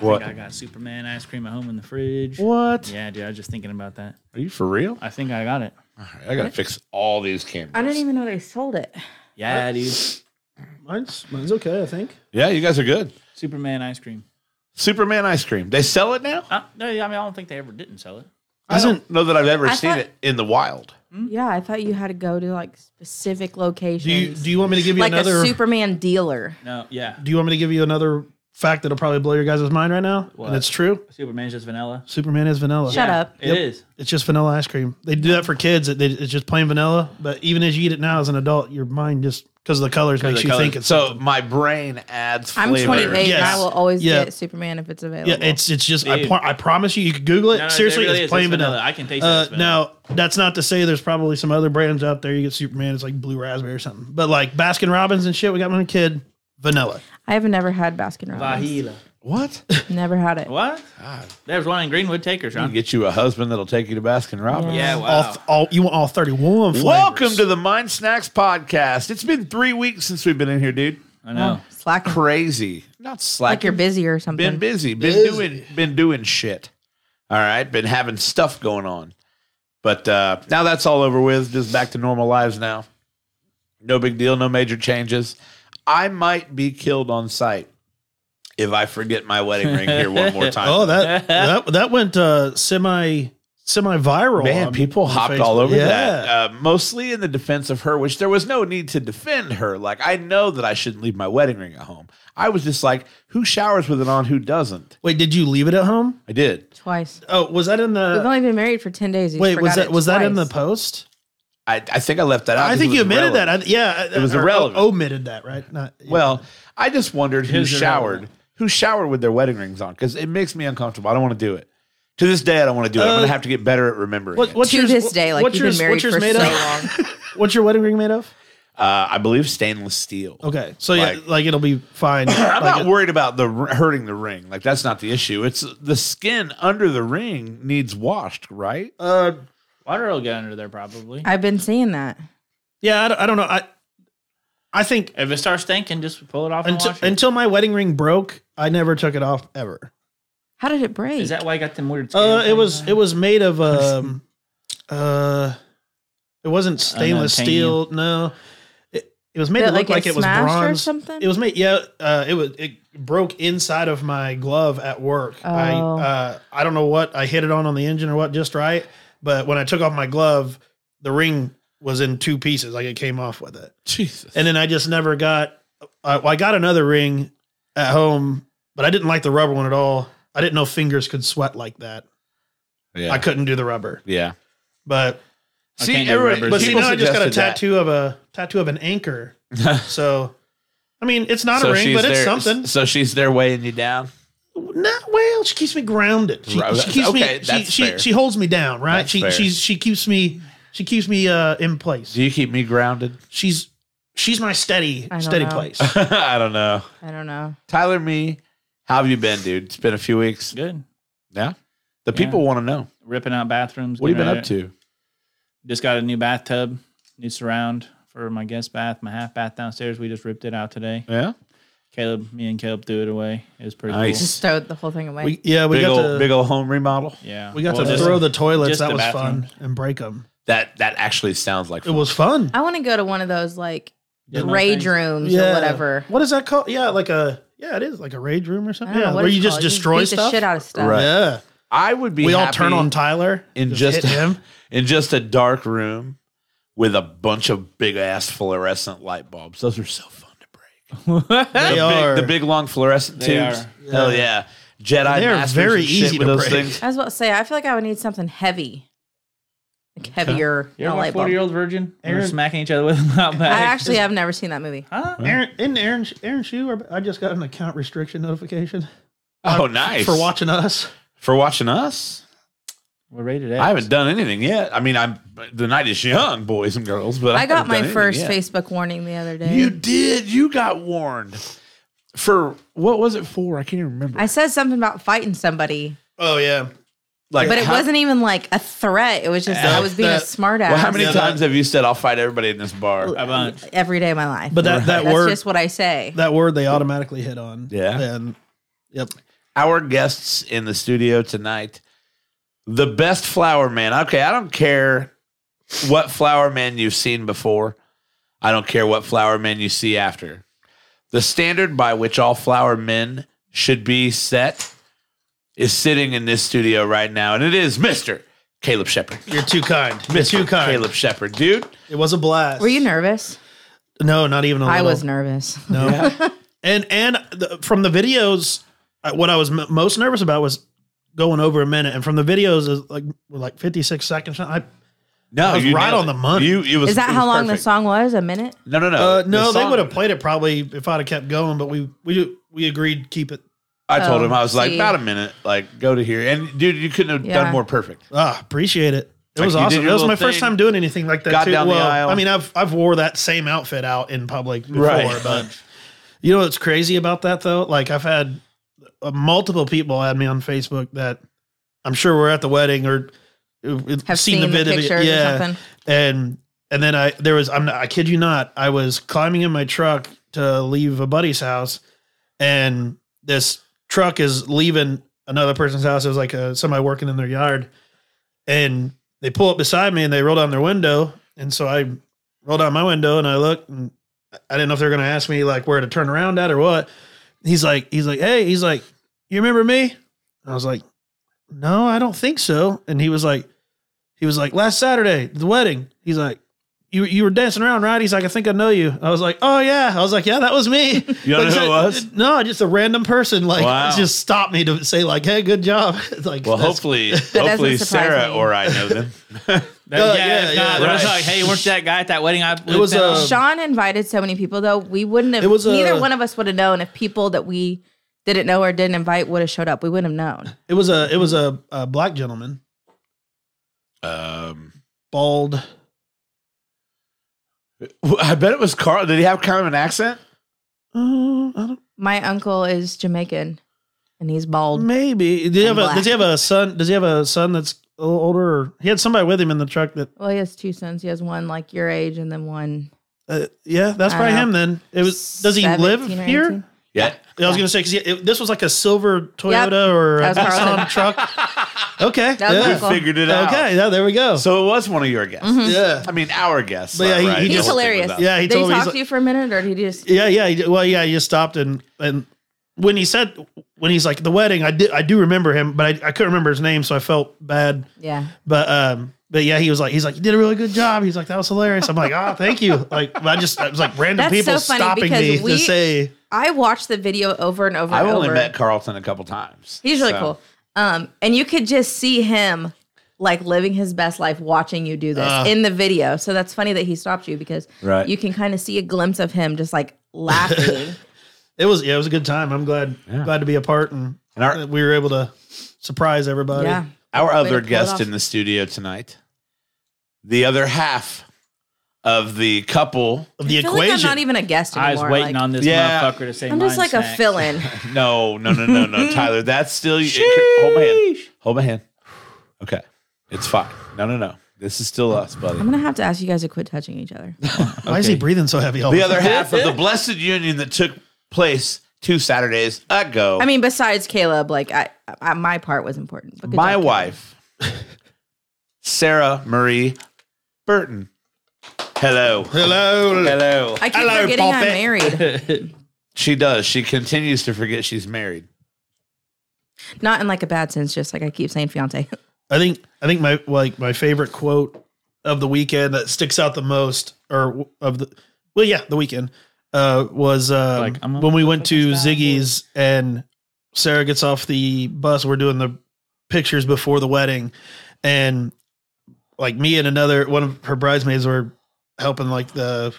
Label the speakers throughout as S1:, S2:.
S1: What?
S2: think I got Superman ice cream at home in the fridge.
S1: What?
S2: Yeah, dude. I was just thinking about that.
S1: Are you for real?
S2: I think I got it.
S1: I gotta fix all these cameras.
S3: I didn't even know they sold it.
S2: Yeah, dude.
S4: Mine's mine's okay, I think.
S1: Yeah, you guys are good.
S2: Superman ice cream.
S1: Superman ice cream. They sell it now.
S2: Uh, no, I mean I don't think they ever didn't sell it.
S1: I don't know that I've ever
S3: I
S1: seen
S3: thought-
S1: it in the wild.
S3: Yeah, I thought you had to go to like specific locations.
S4: Mm-hmm. Do you do you want me to give you
S3: like
S4: another
S3: a Superman dealer?
S2: No, yeah.
S4: Do you want me to give you another fact that'll probably blow your guys' mind right now?
S2: What?
S4: And it's true.
S2: Superman's just vanilla.
S4: Superman is vanilla.
S3: Shut
S2: Yeah,
S3: up.
S2: It
S4: Yep.
S2: is.
S4: It's just vanilla ice cream. They do that for kids. It, they, it's just plain vanilla. But even as you eat it now as an adult, your mind just because of the colors makes
S1: The
S4: you
S1: color-
S4: think it's
S1: so.
S4: something.
S1: My brain adds.
S3: I'm
S1: flavor.
S3: 28 and I
S4: Yes.
S3: will always
S4: Yeah.
S3: get Superman if it's available.
S4: Yeah, it's it's just I,
S2: Dude.
S4: pro- I promise you, you could Google it.
S2: No, no,
S4: Seriously,
S2: it really
S4: it's
S2: is.
S4: plain vanilla.
S2: I can taste
S4: Uh,
S2: it. It's vanilla.
S4: now that's not to say there's probably some other brands out there you get Superman. It's like blue raspberry or something. But like Baskin Robbins and shit, we got when I was a kid vanilla.
S3: I have never had Baskin Robbins.
S2: Vahila.
S1: What?
S3: Never had it.
S2: What? There's one in Greenwood Takers,
S1: I'll
S4: Mm-hmm.
S2: huh?
S1: get you a husband that'll take you to Baskin Robbins.
S2: Yeah,
S4: All,
S2: wow.
S4: th- all you want all thirty one.
S1: Welcome to the Mind Snacks podcast. It's been three weeks since we've been in here, dude.
S2: I know.
S4: Mm.
S3: Slacking.
S1: Crazy. Not slack.
S3: Like you're busy or something.
S1: Been busy. Been
S4: Busy.
S1: doing. Been doing shit. All right. Been having stuff going on. But uh, now that's all over with. Just back to normal lives now. No big deal. No major changes. I might be killed on site if I forget my wedding ring here one more time.
S4: Oh, that that that went uh, semi semi viral.
S1: Man, people hopped all over
S4: yeah.
S1: that. Uh, mostly in the defense of her, which there was no need to defend her. Like, I know that I shouldn't leave my wedding ring at home. I was just like, who showers with it on, who doesn't?
S4: Wait, did you leave it at home?
S1: I did.
S3: Twice.
S4: Oh, was that in
S3: We've
S4: the?
S3: only been married for 10 days. You
S4: Wait, was
S3: forgot
S4: that
S3: it
S4: was that in the
S3: twice.
S4: post?
S1: I, I think I left that out.
S4: I
S1: because
S4: think
S1: it
S4: you
S1: was
S4: admitted that. I,
S1: irrelevant.
S4: yeah, uh,
S1: It was
S4: or- or
S1: irrelevant.
S4: Omitted that, right? Not yeah.
S1: well, I just wondered who
S2: His
S1: showered,
S2: irrelevant.
S1: who showered with their wedding rings on because it makes me uncomfortable. I don't want to do it. To this day, I don't want to do it. I'm
S4: Uh,
S1: going to have to get better at remembering
S4: What,
S1: it.
S4: what's
S3: To
S4: yours-
S3: this
S4: what-
S3: day, like
S4: what's
S3: you've
S4: yours-
S3: been married
S4: what's yours
S3: for
S4: made
S3: so
S4: of?
S3: long.
S4: What's your wedding ring made of?
S1: Uh, I believe stainless steel.
S4: Okay, so yeah,
S1: Like-
S4: like, it'll be fine.
S1: I'm
S4: Like
S1: not
S4: it-
S1: worried about the r- hurting the ring. Like that's not the issue. It's the skin under the ring needs washed, right?
S4: uh,
S2: Water will get under there probably.
S3: I've been seeing that.
S4: yeah, I don't, I don't know. I I think
S2: If it starts stinking, just pull it off and
S4: until,
S2: wash it.
S4: until my wedding ring broke, I never took it off ever.
S3: How did it break?
S2: Is that why I got them weird?
S4: Uh,
S2: scale
S4: it was
S2: things?
S4: it was made of um, uh, it wasn't stainless
S2: Unobtainium.
S4: steel. No, it, it was made
S3: Did
S4: to
S3: it,
S4: look like, it, was
S3: smashed
S4: bronze.
S3: or something?
S4: It was made, yeah. Uh, it was it broke inside of my glove at work. I
S3: Oh.
S4: uh, I don't know what I hit it on on the engine or what just right, but when I took off my glove, the ring was in two pieces. Like it came off with it,
S1: Jesus.
S4: and then I just never got. I, well, I got another ring at home, but I didn't like the rubber one at all. I didn't know fingers could sweat like that.
S1: Yeah.
S4: I couldn't do the rubber,
S1: yeah.
S4: but
S2: I
S1: See,
S2: can't do
S1: everyone,
S2: rubber.
S4: but see
S1: people
S4: now I just got a
S1: suggested that.
S4: tattoo of a tattoo of an anchor. So, I mean, it's not
S1: So
S4: a ring,
S1: she's
S4: but it's
S1: there-
S4: something.
S1: So she's there weighing you down.
S4: Not well. She keeps me grounded. She,
S1: Right,
S4: she keeps
S1: okay,
S4: me. She,
S1: that's
S4: she,
S1: fair.
S4: she holds me down. Right.
S1: That's
S4: she
S1: fair.
S4: she's she keeps me. She keeps me uh in place.
S1: Do you keep me grounded?
S4: She's she's my steady
S3: I don't
S4: steady
S3: know.
S4: place.
S1: I don't know.
S3: I don't know.
S1: Tyler, me, how have you been, dude? It's been a few weeks.
S2: good.
S1: Yeah. The
S2: Yeah.
S1: people want to know
S2: Ripping out bathrooms.
S1: what have you
S2: getting
S1: been
S2: rid
S1: up
S2: of-
S1: to.
S2: Just got a new bathtub, new surround for my guest bath, my half bath downstairs. We just ripped it out today.
S1: Yeah.
S2: Caleb, me and Caleb threw it away. It was pretty
S1: Nice.
S2: cool.
S3: Just throw the whole thing away.
S4: We, yeah, we
S1: big
S4: got
S1: old
S4: to
S1: big old home remodel.
S2: Yeah,
S4: we got
S2: Well,
S4: to
S2: just-
S4: throw the toilets.
S2: just
S4: That
S2: the
S4: was
S2: bathroom.
S4: fun and break them.
S1: That that actually sounds like
S4: It was fun.
S3: I want to go to one of those like
S2: Yeah.
S3: rage rooms or whatever.
S4: What is that called? Yeah, like a yeah, it is like a rage room or
S3: I
S4: something.
S3: don't know
S4: Yeah,
S3: what
S4: where
S3: it's
S4: you just
S3: called.
S4: destroy
S3: beat
S4: stuff.
S3: The shit out of stuff.
S1: Right.
S4: Yeah,
S1: I would be.
S4: we all
S1: happy-
S4: turn on Tyler
S1: in just,
S4: hit him.
S1: in just a dark room with a bunch of big ass fluorescent light bulbs. Those are so fun to break.
S4: They
S1: the,
S4: are.
S1: Big, the big long fluorescent
S2: They
S1: tubes.
S2: are.
S1: Hell yeah, Jedi.
S4: They are
S1: masters
S4: very
S1: and shit
S4: easy
S1: with
S4: to
S1: those
S4: break.
S1: things.
S3: I was about to say, I feel like I would need something heavy, like heavier.
S2: You ever
S3: not
S2: watch
S3: light bulb.
S2: Forty Year Old Virgin? Aaron,
S4: Aaron-
S2: smacking each other with them out
S3: I
S2: back.
S3: actually have never seen that movie.
S2: Huh?
S4: Aaron, isn't Aaron, Aaron Shue? Or, I just got an account restriction notification Uh,
S1: Oh, nice
S4: for watching us.
S1: for watching us.
S2: We're rated X.
S1: I haven't done anything yet. I mean, I'm the night is young, boys and girls. But
S3: I got
S1: haven't done
S3: my
S1: anything
S3: first
S1: yet.
S3: Facebook warning the other day.
S1: You did. You got warned for what was it for? I can't even remember.
S3: I said something about fighting somebody,
S4: Oh yeah,
S1: like,
S3: but it
S1: how-
S3: wasn't even like a threat. It was just I was being
S4: that-
S3: a smartass
S1: Well, how many
S4: Yeah, that-
S1: times have you said I'll fight everybody in this bar?
S2: a bunch.
S3: every day of my life.
S4: but that that
S3: that's
S4: word
S3: just what I say.
S4: that word they automatically hit on.
S1: Yeah.
S4: Then, yep.
S1: our guests in the studio tonight, the best flower man. Okay, I don't care what flower man you've seen before. I don't care what flower man you see after. The standard by which all flower men should be set is sitting in this studio right now, and it is Mister Caleb Shepard.
S4: You're too kind. You're too
S1: Mister
S4: kind.
S1: Caleb Shepard, dude.
S4: It was a blast.
S3: Were you nervous?
S4: No, not even a little.
S3: I was nervous.
S4: No. and and the, from the videos, uh, what I was m- most nervous about was going over a minute. And from the videos, is like were like 56 seconds. I
S1: No,
S4: That was
S1: you
S4: right
S1: nailed
S4: on
S1: it.
S4: the money.
S1: You, it was,
S3: Is that
S1: it
S3: how
S1: was
S3: long the
S1: perfect.
S3: song was? A minute?
S1: No, no, no.
S4: uh,
S1: Oh, The
S4: no, they
S1: song-
S4: would have played it probably if I'd have kept going. But we we we agreed to keep it.
S1: I told
S3: Oh,
S1: him I was like
S3: see.
S1: about a minute, like go to here, and dude, you couldn't have
S3: Yeah.
S1: done more perfect.
S4: Ah, appreciate it. It
S1: Like
S4: was
S1: you did
S4: awesome.
S1: your
S4: It was
S1: little
S4: my first
S1: thing.
S4: time doing anything like that.
S1: Got
S4: too.
S1: down the
S4: well,
S1: aisle.
S4: I mean, I've I've wore that same outfit out in public before,
S1: Right.
S4: but you know what's crazy about that though? Like I've had uh, multiple people add me on Facebook that I'm sure were at the wedding or uh,
S3: Have seen, the, pictures or something?
S4: and and then I there was I'm not, I kid you not I was climbing in my truck to leave a buddy's house, and this truck is leaving another person's house. It was like a, somebody working in their yard, and they pull up beside me and they roll down their window, and so I roll down my window and I look and I didn't know if they were gonna ask me like where to turn around at or what. He's like he's like hey he's like you remember me? And I was like no I don't think so, and he was like. He was like, last Saturday, the wedding. He's like, you, you were dancing around, right? He's like, I think I know you. I was like, oh yeah. I was like, yeah, that was me.
S1: You don't know who it was?
S4: No, just a random person. Like,
S1: Wow.
S4: just stopped me to say like, hey, good job. It's like,
S1: Well,
S4: that's-
S1: hopefully,
S3: doesn't
S1: hopefully
S3: surprise
S1: Sarah
S3: me.
S1: or I know them.
S2: That-
S4: Uh,
S2: yeah,
S4: yeah,
S2: if
S4: yeah,
S2: not, they're just
S1: right.
S2: like, hey, weren't you that guy at that wedding? I it
S4: was, uh,
S3: Sean invited so many people though. We wouldn't have
S4: It was,
S3: neither
S4: uh,
S3: one of us would have known if people that we didn't know or didn't invite would have showed up. We wouldn't have known.
S4: it was a it was a, a black gentleman,
S1: um,
S4: bald. uh,
S1: I bet it was Carl. Did he have kind of an accent?
S4: Uh, I don't,
S3: My uncle is Jamaican and he's
S4: Mm.
S3: bald.
S4: maybe. Did he have
S3: And
S4: a
S3: black.
S4: does he have a son? Does he have a son that's a little older? Or, he had somebody with him in the truck that.
S3: Well, he has two sons. He has one like your age and then one
S4: Uh, yeah, that's
S3: I
S4: probably
S3: don't
S4: him. Then it was. Does he
S3: 17
S4: live
S3: or
S4: here?
S3: 18.
S1: Yeah.
S4: I was
S3: Yeah.
S4: gonna say because this was like a silver Toyota or a
S3: That was
S4: Nissan
S3: Carlton.
S4: truck. Okay,
S3: That was
S1: We
S4: yeah.
S3: Michael.
S1: figured it out.
S4: okay, yeah, there we go.
S1: So it was one of your guests.
S4: yeah,
S1: I mean, our guests.
S4: But yeah, he-
S1: right?
S4: he
S1: The
S3: Mm-hmm. He's
S4: just-
S1: whole thing
S3: hilarious.
S1: was us.
S4: Yeah, he
S3: did
S4: told
S3: he
S4: me he's
S3: talk to you for a minute or did he just
S4: yeah, yeah. he- Well, yeah, you stopped and and when he said when he's like the wedding, I did I do remember him, but I, I couldn't remember his name, so I felt bad.
S3: Yeah.
S4: But um, but yeah, he was like he's like you did a really good job. He's like that was hilarious. I'm like ah, thank you. Like I just I was like random
S3: That's
S4: people
S3: so funny
S4: stopping
S3: because
S4: me
S3: we-
S4: to say
S3: I watched the video over and over
S1: I've
S3: and
S1: only
S3: over.
S1: met Carlton a couple times.
S3: He's really
S1: so-
S3: cool. Um, and you could just see him like living his best life watching you do this in the video. So that's funny that he stopped you because
S1: Right.
S3: you can kind of see a glimpse of him just like laughing.
S4: it was yeah, it was a good time. I'm glad glad to be a part and,
S1: And our-
S4: we were able to surprise everybody.
S3: yeah.
S1: Our
S3: to
S1: other
S3: pull it
S1: guest
S3: off.
S1: in the studio tonight, the other half of the couple.
S4: of the
S3: I feel
S4: equation.
S3: like I'm not even a guest anymore.
S2: I was waiting
S3: like,
S2: on this
S1: Yeah.
S2: motherfucker to say
S3: I'm
S2: mine
S3: just like a
S2: snack.
S3: fill in.
S1: No, no, no, no, no, Tyler. That's still. it could- hold my hand. Hold my hand. Okay, it's fine. No, no, no. This is still us, buddy.
S3: I'm going to have to ask you guys to quit touching each other.
S4: Why is he breathing so heavy? All
S1: the other half of the blessed union that took place two Saturdays ago.
S3: I mean, besides Caleb, like I, I my part was important. but good
S1: my
S3: job, Caleb.
S1: wife, Sarah Marie Burton. Hello.
S4: Hello.
S1: Hello.
S3: I keep
S4: Hello,
S3: forgetting I'm
S4: Poppy.
S3: married.
S1: She does. She continues to forget she's married.
S3: Not in like a bad sense, just like I keep saying fiance.
S4: I think I think my like my favorite quote of the weekend that sticks out the most, or of the well, yeah, the weekend uh, was um,
S2: Like, I'm a
S4: when we went to
S2: fucking star.
S4: Ziggy's and Sarah gets off the bus. We're doing the pictures before the wedding, and like me and another one of her bridesmaids were helping like the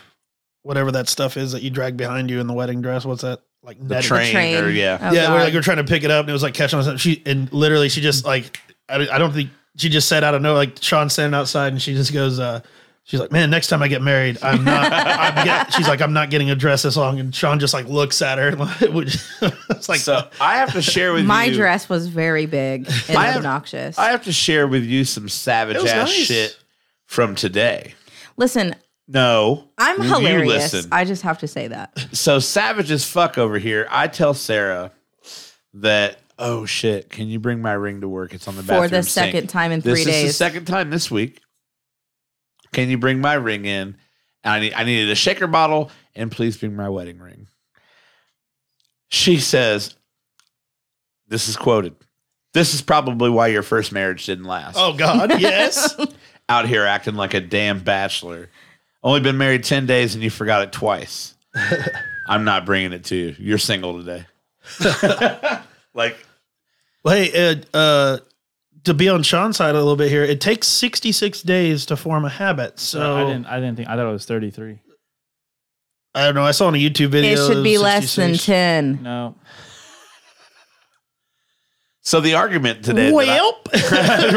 S4: whatever that stuff is that you drag behind you in the wedding dress. What's that like
S1: The
S4: netting?
S1: train,
S3: Train.
S1: or yeah.
S3: Oh,
S4: yeah, we
S3: God.
S4: we're like we we're trying to pick it up, and it was like catching on something. She and literally, she just like I, I don't think she just said out of nowhere. Like Sean's standing outside, and she just goes, uh, "She's like, man, next time I get married, I'm not." I'm get, she's like, "I'm not getting a dress this long," and Sean just like looks at her. And would- it's like
S1: So I have to share with
S3: my
S1: you.
S3: dress was very big and
S1: I have-
S3: obnoxious.
S1: I have to share with you some savage
S4: It
S1: ass
S4: was nice.
S1: shit from today.
S3: Listen,
S1: No.
S3: I'm
S1: You
S3: hilarious.
S1: listen.
S3: I just have to say that.
S1: So savage as fuck over here. I tell Sarah that "Oh shit, can you bring my ring to work? It's on the
S3: for
S1: bathroom
S3: the
S1: sink."
S3: second time in
S1: this
S3: three
S1: is the
S3: days.
S1: second time this week. Can you bring my ring in? I need, I needed a shaker bottle, and please bring my wedding ring. She says, "This is quoted. This is probably why your first marriage didn't last.
S4: Oh God, yes.
S1: Out here acting like a damn bachelor. Only been married ten days, and you forgot it twice. I'm not bringing it to you. You're single today. like."
S4: well, hey, uh, uh, to be on Sean's side a little bit here, it takes 66 days to form a habit. So
S2: I didn't. I didn't think. I thought it was thirty three.
S4: I don't know. I saw on a YouTube video.
S3: it should be less than
S4: 66.
S3: ten.
S2: No.
S1: So the argument today, that I-
S4: Welp.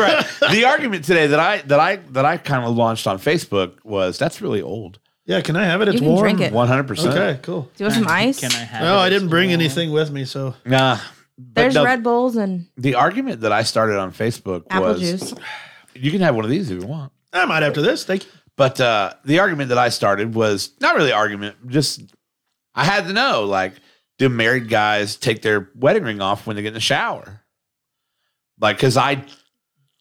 S1: right. The argument today that I that I that I kind of launched on Facebook was that's really old.
S4: yeah, can I have it? It's
S3: You can
S4: warm.
S3: drink it.
S1: One hundred
S4: Okay,
S1: percent.
S4: cool.
S3: Do you want some ice?
S2: Can I have?
S4: No,
S2: it?
S4: I didn't bring
S2: Yeah.
S4: anything with me, so
S1: Nah. But
S3: There's
S1: no,
S3: Red Bulls and
S1: The argument that I started on Facebook
S3: apple
S1: was
S3: juice.
S1: you can have one of these if you want.
S4: I might after this. Thank you.
S1: But uh, the argument that I started was not really argument. Just I had to know like, do married guys take their wedding ring off when they get in the shower? Like, because I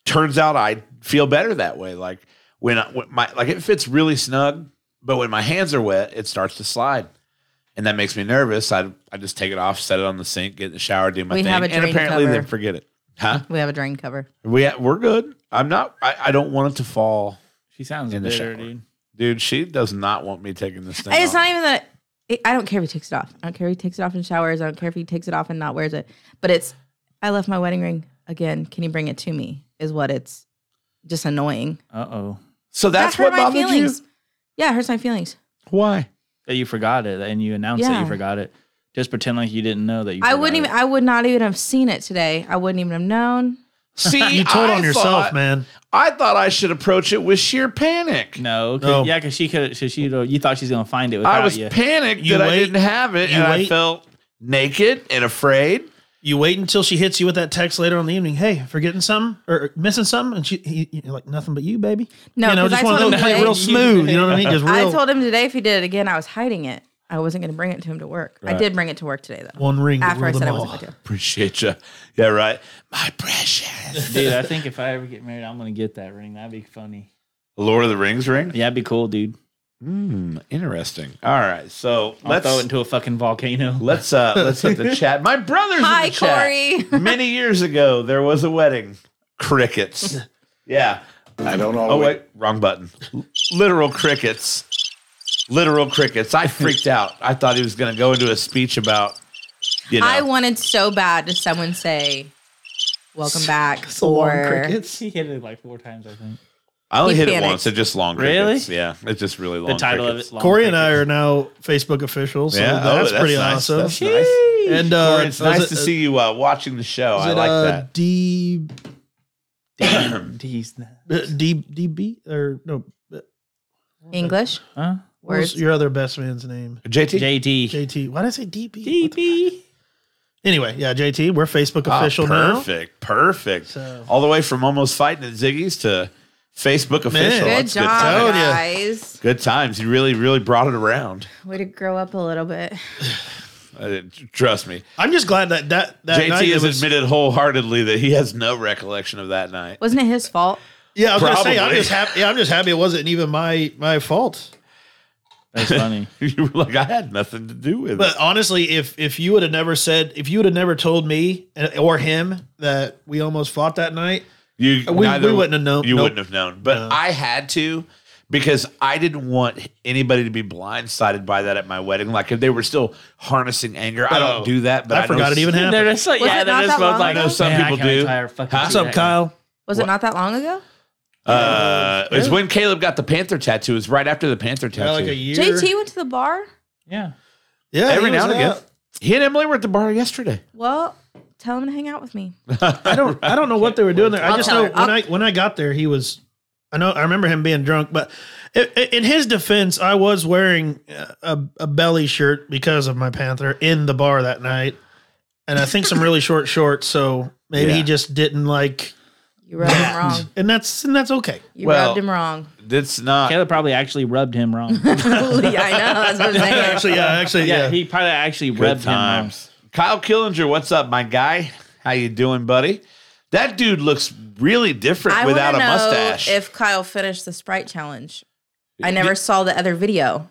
S1: turns out I feel better that way. Like when, I, when my like it fits really snug, but when my hands are wet, it starts to slide, and that makes me nervous. I I just take it off, set it on the sink, get in the shower, do my
S3: We
S1: thing,
S3: have a
S1: and
S3: drain
S1: apparently
S3: cover.
S1: then forget it. Huh?
S3: We have a drain cover.
S1: We we're good. I'm not. I, I don't want it to fall
S2: She sounds
S1: In the
S2: bitter,
S1: shower.
S2: dude.
S1: Dude, she does not want me taking this thing.
S3: And it's
S1: off.
S3: not even that. It, I don't care if he takes it off. I don't care if he takes it off and showers. I don't care if he takes it off and not wears it. But it's I left my wedding ring again. Can you bring it to me? Is what it's just annoying.
S2: Uh oh.
S1: so that's
S3: That
S1: what
S3: hurt my
S1: bothered
S3: feelings.
S1: you.
S3: Yeah, it hurts my feelings.
S1: Why?
S2: That you forgot it, and you announced that
S3: Yeah.
S2: you forgot it. Just pretend like you didn't know that you.
S3: I
S2: forgot
S3: wouldn't
S2: it.
S3: even. I would not even have seen it today. I wouldn't even have known.
S1: See,
S4: You told
S1: I
S4: on yourself,
S1: thought-
S4: man.
S1: I thought I should approach it with sheer panic.
S2: No, 'cause-
S4: No.
S2: yeah, because she could. She, she, you thought she's gonna find it without
S1: I was
S2: you.
S1: panicked
S4: You
S1: that I
S4: wait-
S1: didn't have it,
S4: you
S1: and I
S4: wait-
S1: felt naked and afraid.
S4: You wait until she hits you with that text later on in the evening. Hey, forgetting something or missing something, and she he, you're like nothing but you, baby.
S3: No,
S4: you know,
S3: 'cause
S4: just
S3: I
S4: one of
S3: told
S4: those
S3: him
S4: play
S3: today-
S4: real smooth. You know what I mean? Just
S3: I
S4: real
S3: told him today if he did it again, I was hiding it. I wasn't going to bring it to him to work. I did bring it to work today though.
S4: one ring. to
S3: after I
S4: rule
S3: said
S4: them
S3: I
S4: all.
S3: wasn't going to.
S1: Appreciate you. Yeah, right. My precious
S2: dude, I think if I ever get married, I'm gonna get that ring. That'd be funny.
S1: Lord of the Rings ring.
S2: Yeah, that'd be cool, dude.
S1: Hmm, interesting. All right, so
S2: I'll
S1: let's
S2: throw it into a fucking volcano.
S1: let's uh let's hit the chat. My brother's
S3: Hi,
S1: in the chat.
S3: Corey.
S1: Many years ago, there was a wedding. Crickets. Yeah.
S5: I don't
S1: Oh
S5: always.
S1: wait, wrong button. Literal crickets. Literal crickets. I freaked out. I thought he was going to go into a speech about you know.
S3: I wanted so bad to someone say, "Welcome back,"
S4: So long, crickets.
S2: She hit it like four times, I think.
S1: I only
S3: He
S1: hit
S3: panicked.
S1: it once. It's just long
S2: Really?
S1: crickets. Yeah, it's just really long.
S2: the title
S1: crickets.
S2: of it. Long
S4: Corey and I are now Facebook officials. So
S1: Yeah, oh,
S4: that's,
S1: that's
S4: pretty
S1: nice.
S4: awesome.
S1: That's nice.
S4: And uh,
S1: Corey, it's
S4: was
S1: nice
S4: it-
S1: to see you uh, watching the show.
S4: was
S1: I
S4: it,
S1: like
S4: uh,
S1: that.
S4: D
S2: Damn, D's nuts.
S4: uh, D DB or no? What
S3: English
S2: Huh?
S4: was
S3: words.
S4: your other best man's name?
S1: JT.
S2: JD.
S4: JT. Why did I say DB?
S2: DB.
S4: Anyway, yeah, JT. We're Facebook
S1: Ah,
S4: official now.
S1: perfect. Perfect.
S4: So-
S1: All the way from almost fighting at Ziggy's to Facebook official.
S3: Good
S1: That's
S3: job,
S4: Told ya.
S3: guys.
S1: Good times. You really, really brought it around.
S3: Way to grow up a little bit.
S1: Uh, trust me.
S4: I'm just glad that that that
S1: JT
S4: night it
S1: has
S4: was-
S1: admitted wholeheartedly that he has no recollection of that night.
S3: Wasn't it his fault?
S4: Yeah, I was gonna say I'm
S1: Probably.
S4: just happy. Yeah, I'm just happy it wasn't even my my fault.
S2: That's funny.
S1: you were like, I had nothing to do with
S4: But
S1: it.
S4: honestly, if if you would have never said, if you would have never told me and- or him that we almost fought that night,
S1: You,
S4: we-
S1: neither-
S4: we wouldn't have known-
S1: You
S4: nope.
S1: wouldn't have known. But I had to because I didn't want anybody to be blindsided by that at my wedding. Like if they were still harnessing anger, I don't
S4: Oh,
S1: do that. But
S4: I,
S1: I, know
S4: forgot
S1: s-
S4: it even happened.
S2: They're just like,
S3: Was
S2: yeah,
S3: it
S2: they're
S3: not
S2: just
S3: that
S2: both
S3: long
S2: like, oh,
S3: ago? I know
S1: some
S2: "Man, I
S1: people
S2: can't
S1: do.
S2: retire, fucking
S1: Huh?
S2: do
S4: What's up,
S2: that."
S4: Kyle?
S3: Was it not that long ago?
S1: Uh, it was when Caleb got the Panther tattoo. It was right after the Panther tattoo.
S4: Yeah, like a year.
S3: JT went to the bar.
S2: Yeah.
S4: Yeah,
S1: Every
S4: he
S1: now and
S4: was
S1: again.
S4: out.
S1: He and Emily were at the bar yesterday.
S3: Well, tell him to hang out with me.
S4: I don't I don't know what they were doing there. I
S3: I'll
S4: just
S3: tell her.
S4: know when
S3: I'll-
S4: I when I got there, he was. I know I remember him being drunk, but i- i- in his defense, I was wearing uh, a, a belly shirt because of my panther in the bar that night, and I think some really short shorts. So maybe he
S1: Yeah.
S4: just didn't like,
S3: You rubbed him wrong.
S4: and that's and that's okay.
S3: You
S1: Well-
S3: rubbed him wrong.
S1: That's not.
S2: Caleb probably actually rubbed him wrong.
S3: yeah, I know. That's what I'm saying.
S4: Actually, yeah, actually,
S2: yeah,
S4: yeah.
S2: he probably actually
S1: Good
S2: rubbed him wrong.
S1: times. Kyle Killinger, what's up, my guy? How you doing, buddy? That dude looks really different
S3: I
S1: without
S3: without
S1: a
S3: know
S1: mustache.
S3: If Kyle finished the Sprite challenge, I never saw the other video.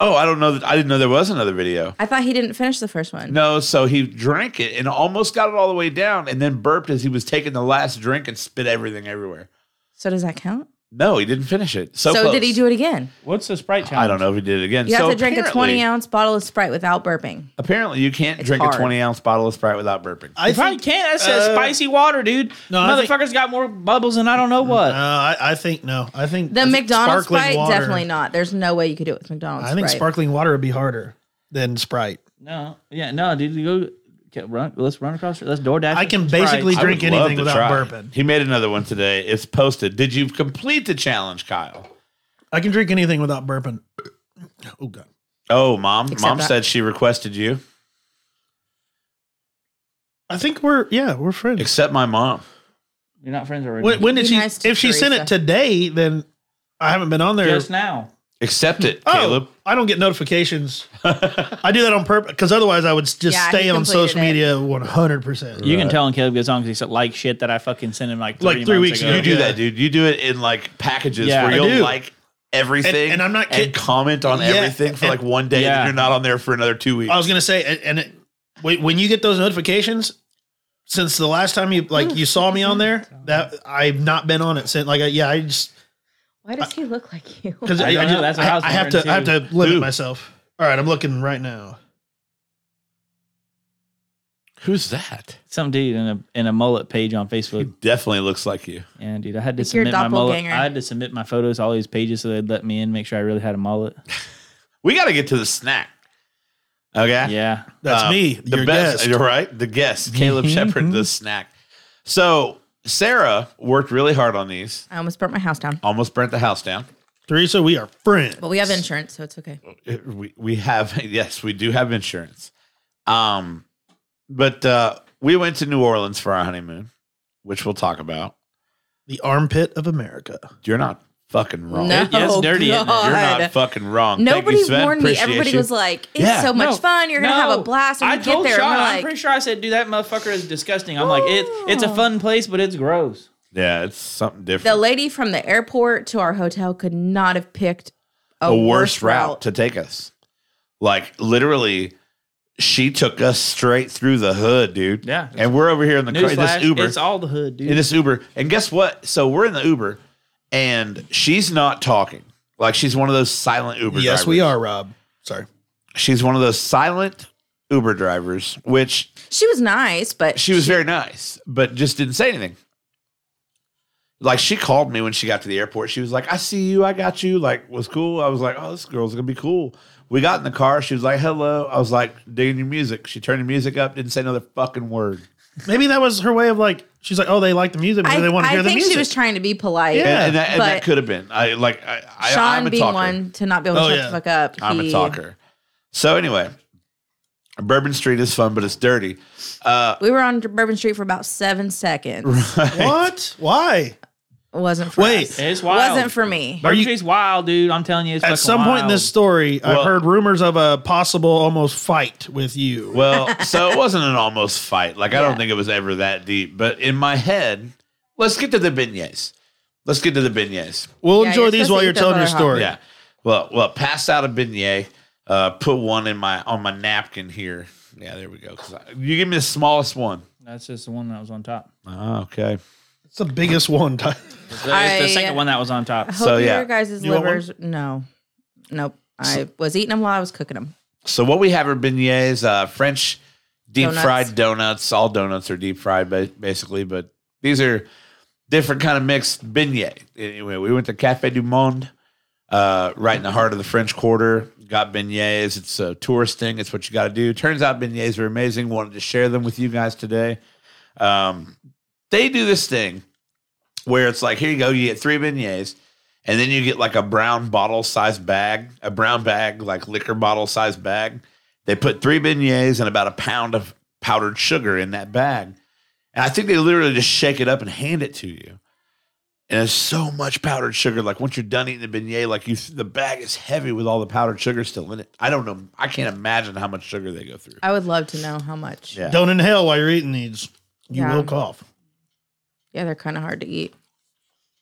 S1: oh, I don't know that. I didn't know there was another video.
S3: I thought he didn't finish the first one.
S1: No, so he drank it and almost got it all the way down, and then burped as he was taking the last drink and spit everything everywhere.
S3: So does that count?
S1: No, he didn't finish it. So,
S3: So,
S1: close.
S3: did he do it again?
S2: What's the Sprite challenge?
S1: I don't know if he did it again.
S3: You
S1: so
S3: have to drink a
S1: apparently-
S3: 20 ounce bottle of Sprite without burping.
S1: Apparently, you can't
S3: It's
S1: drink a
S3: hard.
S1: 20 ounce bottle of Sprite without burping.
S4: I
S2: If I
S4: think,
S2: can't, that says
S4: uh,
S2: spicy water, dude.
S4: no, I think-
S2: Motherfuckers got more bubbles than I don't know what.
S4: no, uh, I, I think no. I think
S3: The McDonald's
S4: sparkling
S3: Sprite,
S4: water-
S3: definitely not. There's no way you could do it with McDonald's
S4: I think
S3: Sprite.
S4: sparkling water would be harder than Sprite.
S2: no, yeah, no, dude. You go okay, run. Let's run across. Let's DoorDash.
S4: I can
S2: Sprite.
S4: basically
S1: I
S4: drink
S1: would love
S4: anything
S1: to
S4: without
S1: try.
S4: burping.
S1: He made another one today. It's posted. Did you complete the challenge, Kyle?
S4: I can drink anything without burping. Oh god.
S1: Oh, mom.
S3: Except
S1: mom
S3: that-
S1: said she requested you.
S4: I think we're yeah we're friends.
S1: Except my mom.
S2: You're not friends already.
S4: when, when did
S3: Be
S4: she?
S3: nice to
S4: if she sent it
S3: Teresa.
S4: today, then I haven't been on there.
S2: Just now.
S1: Accept it,
S4: oh,
S1: Caleb.
S4: I don't get notifications. I do that on purpose because otherwise I would just
S3: Yeah,
S4: stay
S3: he
S4: on social
S3: completed it.
S4: media one hundred percent.
S2: You can tell when Caleb gets on because he said like shit that I fucking sent him like three
S4: Like three
S2: months
S4: weeks
S2: ago.
S4: ago.
S1: You do
S4: Yeah.
S1: that, dude. You do it in like packages
S2: Yeah,
S1: where
S2: I
S1: you'll
S4: do.
S1: like everything
S4: And- and I'm not kid-
S1: comment on
S4: Yeah,
S1: everything for
S4: and-
S1: like
S4: Uh,
S1: one day, and
S2: Yeah.
S1: then you're not on there for another two weeks.
S4: I was gonna say, and- and it, when when you get those notifications, since the last time you like you saw me on there, that I've not been on it since. Like, I, yeah, I just
S3: Why does he look like you?
S4: because
S2: I
S4: I, I,
S2: don't know,
S4: just-
S2: that's what I
S4: I,
S2: was
S4: I have to
S2: wondering
S4: I have to limit
S1: Who?
S4: myself. All right, I'm looking right now.
S1: Who's that?
S2: Some dude in a in a mullet page on Facebook.
S1: Definitely looks like you.
S2: Yeah, dude, I had to
S3: Like your
S2: submit my mullet.
S3: doppelganger.
S2: I had to submit my photos to all these pages so they'd let me in, make sure I really had a mullet.
S1: We got to get to the snack. Okay.
S2: Yeah,
S4: That's
S1: Um,
S4: me.
S1: The
S4: your
S1: best.
S2: uh,
S4: guest.
S1: You're right. The guest,
S3: Mm-hmm,
S1: Caleb Shepard, the snack. So Sarah worked really hard on these.
S3: I almost burnt my house down.
S1: Almost burnt the house down.
S4: Teresa, we are friends.
S3: But we have insurance, so it's okay.
S1: It- We we have yes, we do have insurance. Um, but uh, we went to New Orleans for our honeymoon, which we'll talk about.
S4: The armpit of America.
S1: You're not fucking wrong.
S3: No, Oh,
S2: yeah, it's dirty, isn't it?
S1: You're not
S3: God.
S1: fucking wrong. Thank you,
S3: Nobody
S1: Sven.
S3: warned me.
S1: Appreciate
S3: Everybody
S1: you.
S3: was like, "It's
S1: Yeah.
S3: so much
S2: No.
S3: fun. You're gonna have
S2: No.
S3: a blast." And
S2: I
S3: we get
S2: told
S3: there,
S2: Sean,
S3: and we're
S2: I'm
S3: like, Oh.
S2: pretty sure I said, "Dude, that motherfucker is disgusting." I'm like, "It's it's a fun place, but it's gross."
S1: yeah, it's something
S3: the
S1: different.
S3: lady from the airport to our hotel could not have picked a,
S1: The worst route to take us. Like literally, she took us straight through the hood, dude.
S2: Yeah.
S1: and we're over here in the car,
S2: Newsflash,
S1: this Uber.
S2: it's all the hood, dude.
S1: in this Uber. And guess what? So we're in the Uber, and she's not talking. Like she's one of those silent Uber.
S4: yes,
S1: drivers.
S4: we are, Rob. Sorry.
S1: She's one of those silent Uber drivers, which
S3: She was nice, but
S1: she was very nice, but just didn't say anything. Like she called me when she got to the airport. She was like, "I see you. I got you." Like was cool. I was like, "Oh, this girl's gonna be cool." We got in the car. She was like, "Hello." I was like, "Digging your music." She turned the music up. Didn't say another fucking word.
S4: Maybe that was her way of like she's like, oh, they like the music, but
S3: I,
S4: they want to
S3: I
S4: hear the
S3: think
S4: music.
S3: she was trying to be polite.
S4: Yeah.
S1: And, and that, and that
S3: But-
S1: could have been. I like. I, I, I'm
S3: Sean
S1: a
S3: being
S1: talker.
S3: one to not be able to
S4: Oh,
S3: shut
S4: yeah.
S3: the fuck up.
S1: I'm a
S3: he-
S1: talker. So anyway, Bourbon Street is fun, but it's dirty. Uh,
S3: We were on Bourbon Street for about seven seconds.
S4: what? Why?
S3: It wasn't for
S4: Wait.
S3: us.
S2: it's wild.
S3: Wasn't for me.
S4: Are
S2: Are
S4: you-
S2: wild, dude. I'm telling you, it's
S4: At
S2: fucking
S4: some point in
S2: wild.
S4: this story,
S1: Well-
S4: I've heard rumors of a possible almost fight with you.
S1: well, so it wasn't an almost fight. Like I don't
S3: Yeah.
S1: think it was ever that deep. But in my head, let's get to the beignets. Let's get to the beignets.
S4: We'll
S3: Yeah,
S4: enjoy
S3: you're
S4: these
S3: supposed
S4: while
S3: to
S4: you're
S3: eat
S4: telling your
S3: those while
S4: story.
S1: Yeah. Well, well, passed out a beignet. Uh, put one in my on my napkin here. Yeah, there we go. 'Cause I- you give me the smallest one.
S2: That's just the one that was on top.
S1: Oh, okay.
S4: It's the biggest one.
S2: It's the, it's the
S3: I-
S2: second one that was on top.
S3: I hope
S1: So,
S3: your
S1: yeah.
S3: guys'
S4: You want one?
S3: livers. No, nope. I was eating them while I was cooking them.
S1: So what we have are beignets, uh, French deep
S3: Donuts.
S1: fried donuts. All donuts are deep fried, ba- basically, but these are different kind of mixed beignet. Anyway, we went to Cafe du Monde, uh, right in the heart of the French Quarter. Got beignets. It's a tourist thing. It's what you got to do. Turns out beignets are amazing. Wanted to share them with you guys today. Um, they do this thing where it's like, here you go, you get three beignets. And then you get like a brown bottle sized bag, a brown bag, like liquor bottle sized bag. They put three beignets and about a pound of powdered sugar in that bag. And I think they literally just shake it up and hand it to you. And it's so much powdered sugar. Like once you're done eating the beignet, like you, the bag is heavy with all the powdered sugar still in it. I don't know. I can't imagine how much sugar they go through.
S3: I would love to know how much.
S1: Yeah.
S4: Don't inhale while you're eating these. You
S3: Yeah.
S4: will cough.
S3: Yeah, they're kind of hard to eat.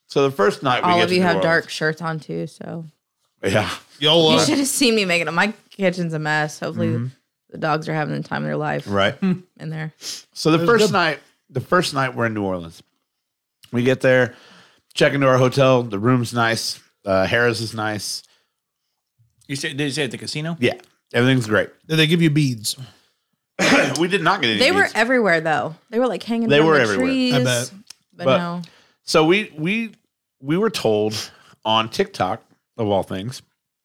S1: So the first night we
S3: All
S1: get
S3: of
S1: to
S3: you
S1: New
S3: have dark
S1: Orleans-
S3: shirts on too, so
S1: Yeah.
S4: YOLO.
S3: you should have seen me making it. My kitchen's a mess. Hopefully, the dogs are having the time of their life
S1: Mm-hmm. Right.
S3: in there.
S1: So the
S4: was
S1: first
S4: good.
S1: night, the first night we're in New Orleans, we get there, check into our hotel. The room's nice. Uh, Harris is nice.
S2: You say, did you say at the casino?
S1: Yeah, everything's great.
S4: Did they give you beads?
S1: we did not get any.
S3: They were
S1: beads.
S3: everywhere though. They were like hanging.
S1: They
S3: from
S1: were
S3: the
S1: everywhere. I
S3: Trees,
S4: bet.
S3: But,
S1: But-
S3: no,
S1: so we we we were told on TikTok of all things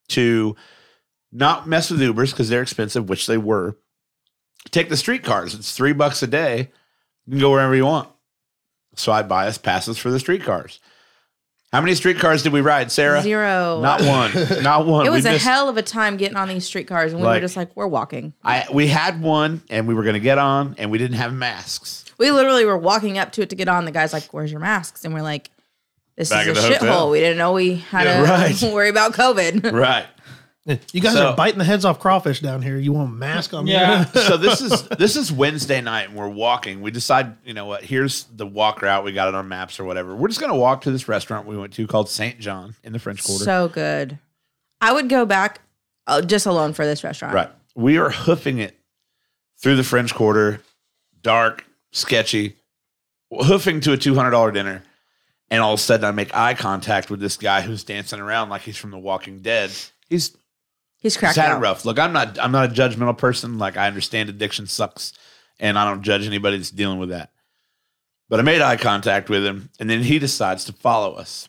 S1: to not mess with Ubers because they're expensive, which they were. Take the streetcars. It's three bucks a day. You can go wherever you want. So I buy us passes for the streetcars. How many streetcars did we ride, Sarah?
S3: zero.
S1: Not one. Not one.
S3: it was
S1: we
S3: a
S1: missed-
S3: hell of a time getting on these streetcars, and we
S1: Like-
S3: were just like, we're walking.
S1: I we had one and we were gonna get on and we didn't have masks.
S3: We literally were walking up to it to get on. The guy's like, "Where's your masks?" And we're like, "This
S1: Back at
S3: is a
S1: the hotel.
S3: shithole. We didn't know we had
S4: Yeah,
S3: to
S1: right.
S3: worry about COVID."
S1: Right.
S4: You guys
S1: So-
S4: are biting the heads off crawfish down here. You want a mask on?
S2: Yeah.
S1: So this is this is Wednesday night and we're walking. We decide, you know what, here's the walk route. We got it on maps or whatever. We're just gonna walk to this restaurant we went to called Saint John in the French Quarter.
S3: so good. I would go back uh, just alone for this restaurant.
S1: right. We are hoofing it through the French Quarter, dark, sketchy, hoofing to a two hundred dollar dinner. And all of a sudden, I make eye contact with this guy who's dancing around like he's from The Walking Dead. He's
S3: He's cracked
S1: It's had
S3: out.
S1: it rough. Look, I'm not I'm not a judgmental person. Like I understand addiction sucks, and I don't judge anybody that's dealing with that. But I made eye contact with him, and then he decides to follow us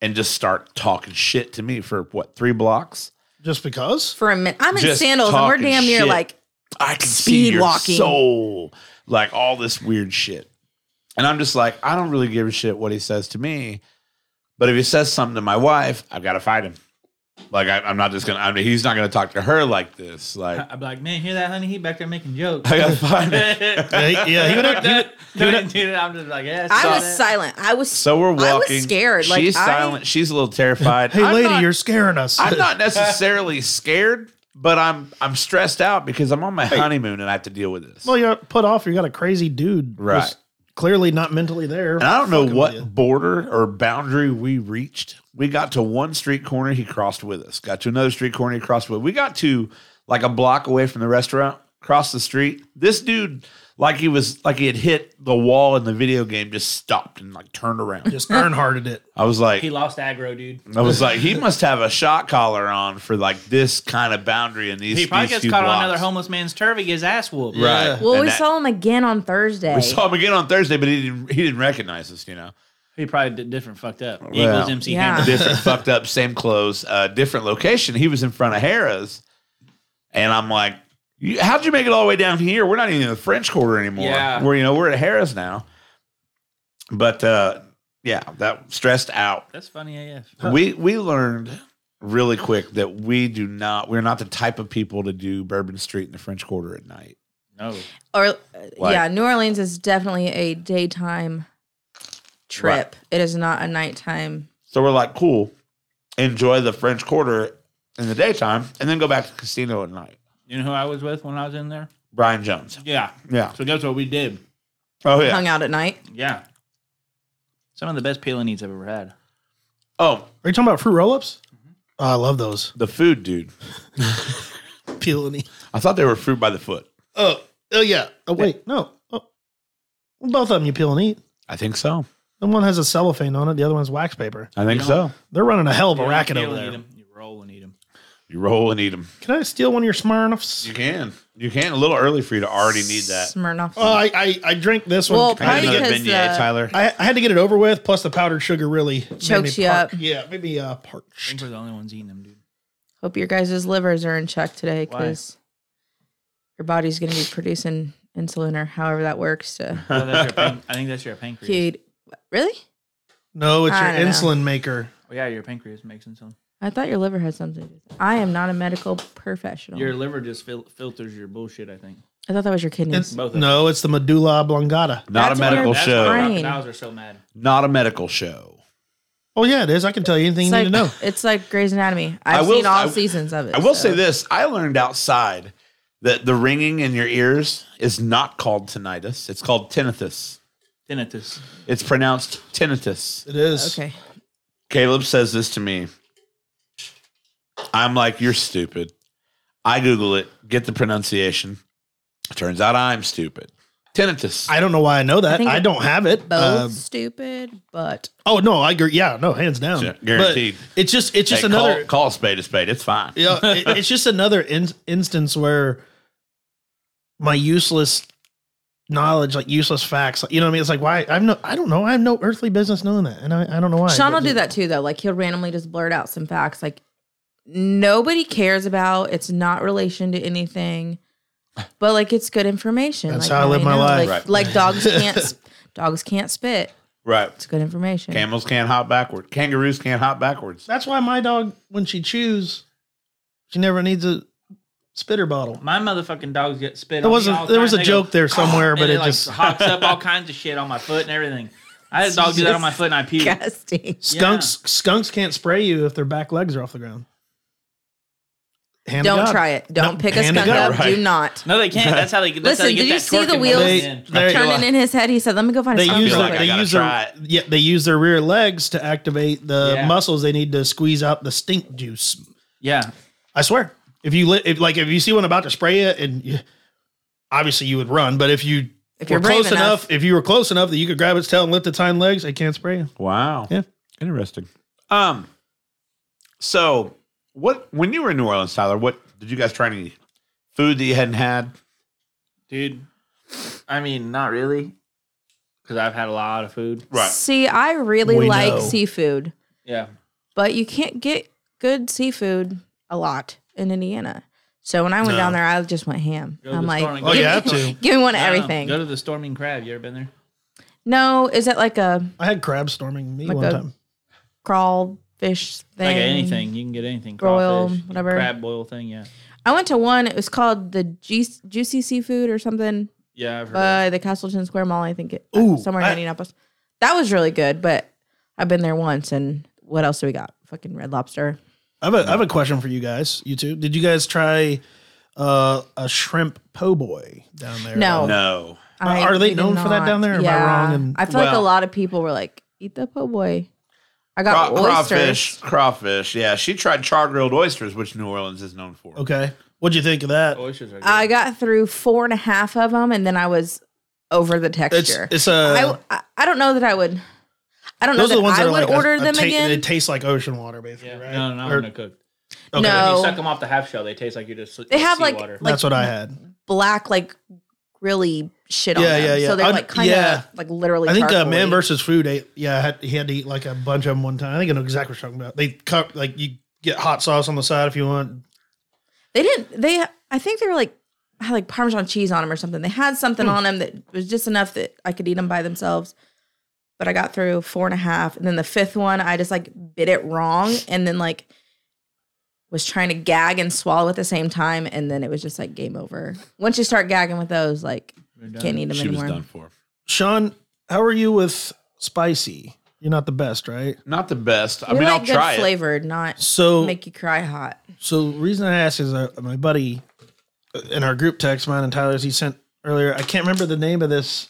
S1: and just start talking shit to me for what three blocks.
S4: Just because?
S3: For a minute, I'm in
S1: Just
S3: sandals, and we're
S1: talking
S3: damn near
S1: shit.
S3: like
S1: I can see
S3: Speed
S1: your
S3: walking.
S1: soul, like all this weird shit. And I'm just like, I don't really give a shit what he says to me, but if he says something to my wife, I've got to fight him. Like I, I'm not just gonna. I mean, he's not gonna talk to her like this. Like
S2: I- I'd be like, man, hear that, honey? He back there making jokes.
S1: I got to fight him.
S4: Yeah, he- yeah, he would have- he would-
S2: Dude, I'm just like, yeah.
S3: I
S2: saw
S3: was
S2: that.
S3: silent. I was
S1: So we're walking.
S3: I was scared, like,
S1: she's
S3: I-
S1: silent. She's a little terrified.
S4: Hey,
S1: I'm
S4: lady,
S1: not-
S4: you're scaring us.
S1: I'm not necessarily scared, but I'm I'm stressed out because I'm on my honeymoon and I have to deal with this.
S4: well, you're put off. You got a crazy dude. who's
S1: Right.
S4: Clearly not mentally there.
S1: and I don't know
S4: fucking
S1: what
S4: with you.
S1: border or boundary we reached. We got to one street corner, he crossed with us. Got to another street corner, he crossed with. We got to like a block away from the restaurant, crossed the street. This dude, like he was like he had hit the wall in the video game, just stopped and like turned around.
S4: Just Earnhardted it.
S1: I was like,
S2: He lost aggro, dude.
S1: I was like, he must have a shot collar on for like this kind of boundary in these.
S2: He probably
S1: these
S2: gets
S1: few
S2: caught on
S1: blocks.
S2: another homeless man's turf. He gets ass whooped.
S1: right?
S4: Yeah.
S3: Well,
S1: And
S3: we
S1: that-
S3: saw him again on Thursday.
S1: we saw him again on Thursday, but he didn't. He didn't recognize us. You know,
S2: He probably did different fucked up.
S1: Well,
S2: Eagles MC
S3: Yeah.
S2: Hammer.
S1: different fucked up, same clothes, uh, different location. He was in front of Harrah's, and I'm like, you, how'd you make it all the way down here? We're not even in the French Quarter anymore.
S2: Yeah.
S1: we're you know we're at Harrah's now. But uh, yeah, that stressed out.
S2: That's funny AF.
S1: we we learned really quick that we do not we're not the type of people to do Bourbon Street in the French Quarter at night.
S2: No.
S3: or uh,
S1: Like-
S3: yeah, New Orleans is definitely a daytime trip. It is not a nighttime.
S1: So we're like, cool, enjoy the French Quarter in the daytime, and then go back to the casino at night.
S2: You know who I was with when I was in there?
S1: Brian Jones.
S2: Yeah.
S1: Yeah.
S2: So guess what we did?
S1: Oh yeah.
S3: Hung out at night.
S2: Yeah. Some of the best peelings I've ever had.
S1: Oh,
S4: Are you talking about fruit roll ups? Oh, I love those.
S1: the food, dude.
S4: Peeling.
S1: I thought they were fruit by the foot.
S4: Oh, oh yeah. Oh wait, no. Oh. Both of them you peel and eat.
S1: I think so.
S4: The one has a cellophane on it. The other one's wax paper.
S1: I think
S2: You
S1: so.
S2: know-
S4: They're running a hell of a
S2: You
S4: racket
S2: peel
S4: over
S2: and eat
S4: there.
S2: 'em. You roll and eat them.
S1: You roll and eat them.
S4: Can I steal one of your Smirnoffs?
S1: You can. You can. A little early for you to already need that.
S3: Smirnoff.
S4: Oh, I, I I drink this one.
S3: Well,
S4: I, had to
S3: probably
S4: get,
S1: Another
S3: because,
S1: beignet,
S3: uh,
S1: Tyler.
S4: I, I had to get it over with. Plus, the powdered sugar really made
S3: Chokes
S4: me
S3: you
S4: parch-
S3: up.
S4: Yeah, maybe uh,
S2: I think
S4: parched.
S2: we're the only ones eating them, dude.
S3: Hope your guys' livers are in check today
S2: Why?
S3: because your body's going to be producing insulin or however that works to
S2: Oh, that's your pan- I think that's your pancreas.
S3: feed. Really?
S4: No, it's your
S3: I don't know.
S4: insulin maker.
S2: Oh, yeah, your pancreas makes insulin.
S3: I thought your liver had something. to do- I am not a medical professional.
S2: Your liver just fil- filters your bullshit, I think.
S3: I thought that was your kidneys.
S4: It's,
S2: Both of
S4: no, it's the medulla oblongata.
S1: Not a
S3: That's what
S1: medical
S3: we're-
S2: That's why
S1: show.
S3: fine.
S2: crocodiles are so mad.
S1: Not a medical show.
S4: Oh yeah, it is. I can tell you anything
S3: It's
S4: you
S3: like,
S4: need to know.
S3: it's like Grey's Anatomy. I've
S1: will-
S3: seen all
S1: I-
S3: seasons of it.
S1: I will
S3: so.
S1: say this: I learned outside the the ringing in your ears is not called tinnitus. It's called tinnitus.
S2: Tinnitus.
S1: It's pronounced tinnitus.
S4: It is.
S3: Okay.
S1: Caleb says this to me. I'm like, you're stupid. I Google it, get the pronunciation. Turns out I'm stupid. Tinnitus.
S4: I don't know why I know that.
S3: think
S4: I, don't have it.
S3: Both
S4: Uh,
S3: stupid, but
S4: oh no, I agree. Yeah, no, hands down.
S1: Yeah, guaranteed.
S4: But it's just it's just
S1: Hey,
S4: another
S1: call, call a spade a spade. It's fine.
S4: yeah, it- it's just another in- instance where my useless knowledge, like useless facts, like, you know what I mean? It's like why I've no, I don't know, I have no earthly business knowing that, and I, I don't know why.
S3: Sean will
S4: But-
S3: do that too, though. Like he'll randomly just blurt out some facts, like nobody cares about. It's not relation to anything, but like it's good information.
S4: That's
S3: like,
S4: how I
S3: now
S4: live
S3: we
S4: my
S3: know.
S4: life.
S3: Like,
S1: Right.
S3: like dogs can't s- dogs can't spit.
S1: Right.
S3: It's good information.
S1: Camels can't hop backward. Kangaroos can't hop backwards.
S4: That's why my dog, when she chews, she never needs a spitter bottle.
S2: My motherfucking dogs get spit. on
S4: There
S2: me
S4: was a
S2: all the
S4: there
S2: time.
S4: was a
S2: They
S4: joke
S2: go,
S4: there somewhere,
S2: and
S4: but it
S2: like
S4: just
S2: hawks up all kinds of shit on my foot and everything. I had a dog do that on my foot and I peed.
S3: Disgusting.
S4: skunks skunks can't spray you if their back legs are off the ground. Hand to
S3: Don't
S4: God.
S3: try it. Don't
S4: No,
S3: pick a
S4: hand to
S3: skunk
S4: God.
S3: up.
S1: Right.
S3: Do not.
S2: No, they can't. That's how they. That's how
S3: Listen,
S2: they get
S3: did you
S2: that
S3: see the
S2: twerking
S3: wheels
S2: motion
S4: They-
S2: in.
S4: there you
S3: Turning
S4: go.
S3: in his head, he said, "Let me go find a
S4: They
S3: skunk."
S4: use
S1: feel
S4: their,
S3: real
S1: like I
S3: quick."
S4: they
S1: gotta
S4: use their,
S1: try it.
S4: yeah they use their rear legs to activate the
S2: Yeah.
S4: muscles they need to squeeze out the stink juice.
S2: Yeah,
S4: I swear, if you li- if, like if you see one about to spray it, and you, obviously you would run, but if you
S3: If
S4: were
S3: you're brave
S4: close enough,
S3: enough.
S4: if you were close enough that you could grab its tail and lift its hind legs, they can't spray you.
S1: Wow.
S4: Yeah.
S1: Interesting. Um. So, what when you were in New Orleans, Tyler? What did you guys try any food that you hadn't had?
S2: dude. I mean, not really, because I've had a lot of food.
S3: See, I really
S4: We
S3: like
S4: know.
S3: seafood,
S2: Yeah,
S3: but you can't get good seafood a lot in Indiana. So when I went
S4: No.
S3: down there, I just went ham.
S2: Go to
S3: I'm
S2: the
S3: like,
S2: store and
S4: Oh,
S2: get
S4: you
S2: it.
S4: have to.
S3: give me one of
S2: No, no,
S3: everything.
S2: Go to the Storming Crab. You ever been there?
S3: No, is it like a
S4: I had crab storming me
S3: Like
S4: one
S3: a
S4: time.
S3: crawl fish thing?
S2: Like anything, you can get anything.
S3: Broil,
S2: Crawfish,
S3: whatever.
S2: Crab boil thing. Yeah,
S3: I went to one. It was called the Ju- Juicy Seafood or something
S2: yeah. I've heard of
S3: by the Castleton Square Mall. I think it
S4: Ooh,
S3: somewhere
S4: I-
S3: in Indianapolis. That was really good, but I've been there once. And what else do we got? Fucking Red Lobster.
S4: I have a, I have a question for you guys. You two, did you guys try uh, a shrimp po' boy down there?
S3: No.
S1: No.
S3: I-
S4: Are they
S3: we did
S4: known for that down there, or am I wrong and-
S3: I feel like a
S1: Well-
S3: lot of people were like, "Eat the po' boy." I got
S1: Craw- crawfish.
S3: oysters.
S1: Crawfish. Yeah. She tried char grilled oysters, which New Orleans is known for.
S4: Okay. What'd you think of that?
S2: it. Oysters are good.
S3: I got through four and a half of them, and then I was over the
S4: It's uh,
S3: texture.
S4: it's a.
S3: I, I I don't know that I would. I don't know
S4: those
S3: that
S4: are the ones
S3: I
S4: that are
S3: would
S4: like a-
S3: order
S4: a
S3: them
S4: ta- They
S3: again.
S4: taste like ocean water, basically,
S2: Yeah.
S4: right?
S2: No, no,
S4: Or-
S2: no, cooked.
S3: No.
S4: okay.
S2: When
S3: Oh.
S2: you suck them off the half shell, they taste like you just.
S3: They have, like-
S2: seawater.
S4: that's
S3: like-
S4: what I had.
S3: Black like really shit on
S4: Yeah,
S3: them.
S4: yeah, yeah.
S3: So they're
S4: I'd-
S3: like kind of
S4: yeah.
S3: like literally.
S4: I think uh, man
S3: charcoal-y.
S4: versus food ate. Yeah, I had, he had to eat like a bunch of them one time. I think I know exactly what you're talking about. They cut like you get hot sauce on the side if you want.
S3: They didn't. They. I think they were like had like Parmesan cheese on them or something. They had something
S1: Hmm.
S3: on them that was just enough that I could eat them by themselves. But I got through four and a half, and then the fifth one, I just like bit it wrong, and then like was trying to gag and swallow at the same time, and then it was just like game over. Once you start gagging with those, like
S2: They're done.
S3: can't eat them
S1: She was
S3: anymore.
S1: done for.
S4: Sean, how are you with spicy? You're not the best, right?
S1: Not the best. I
S3: We
S1: mean,
S3: like
S1: I'll
S3: good
S1: try it.
S3: flavored, not
S4: So
S3: make you cry hot.
S4: So the reason I ask is uh, my buddy uh, in our group text, mine and Tyler's, he sent earlier. I can't remember the name of this.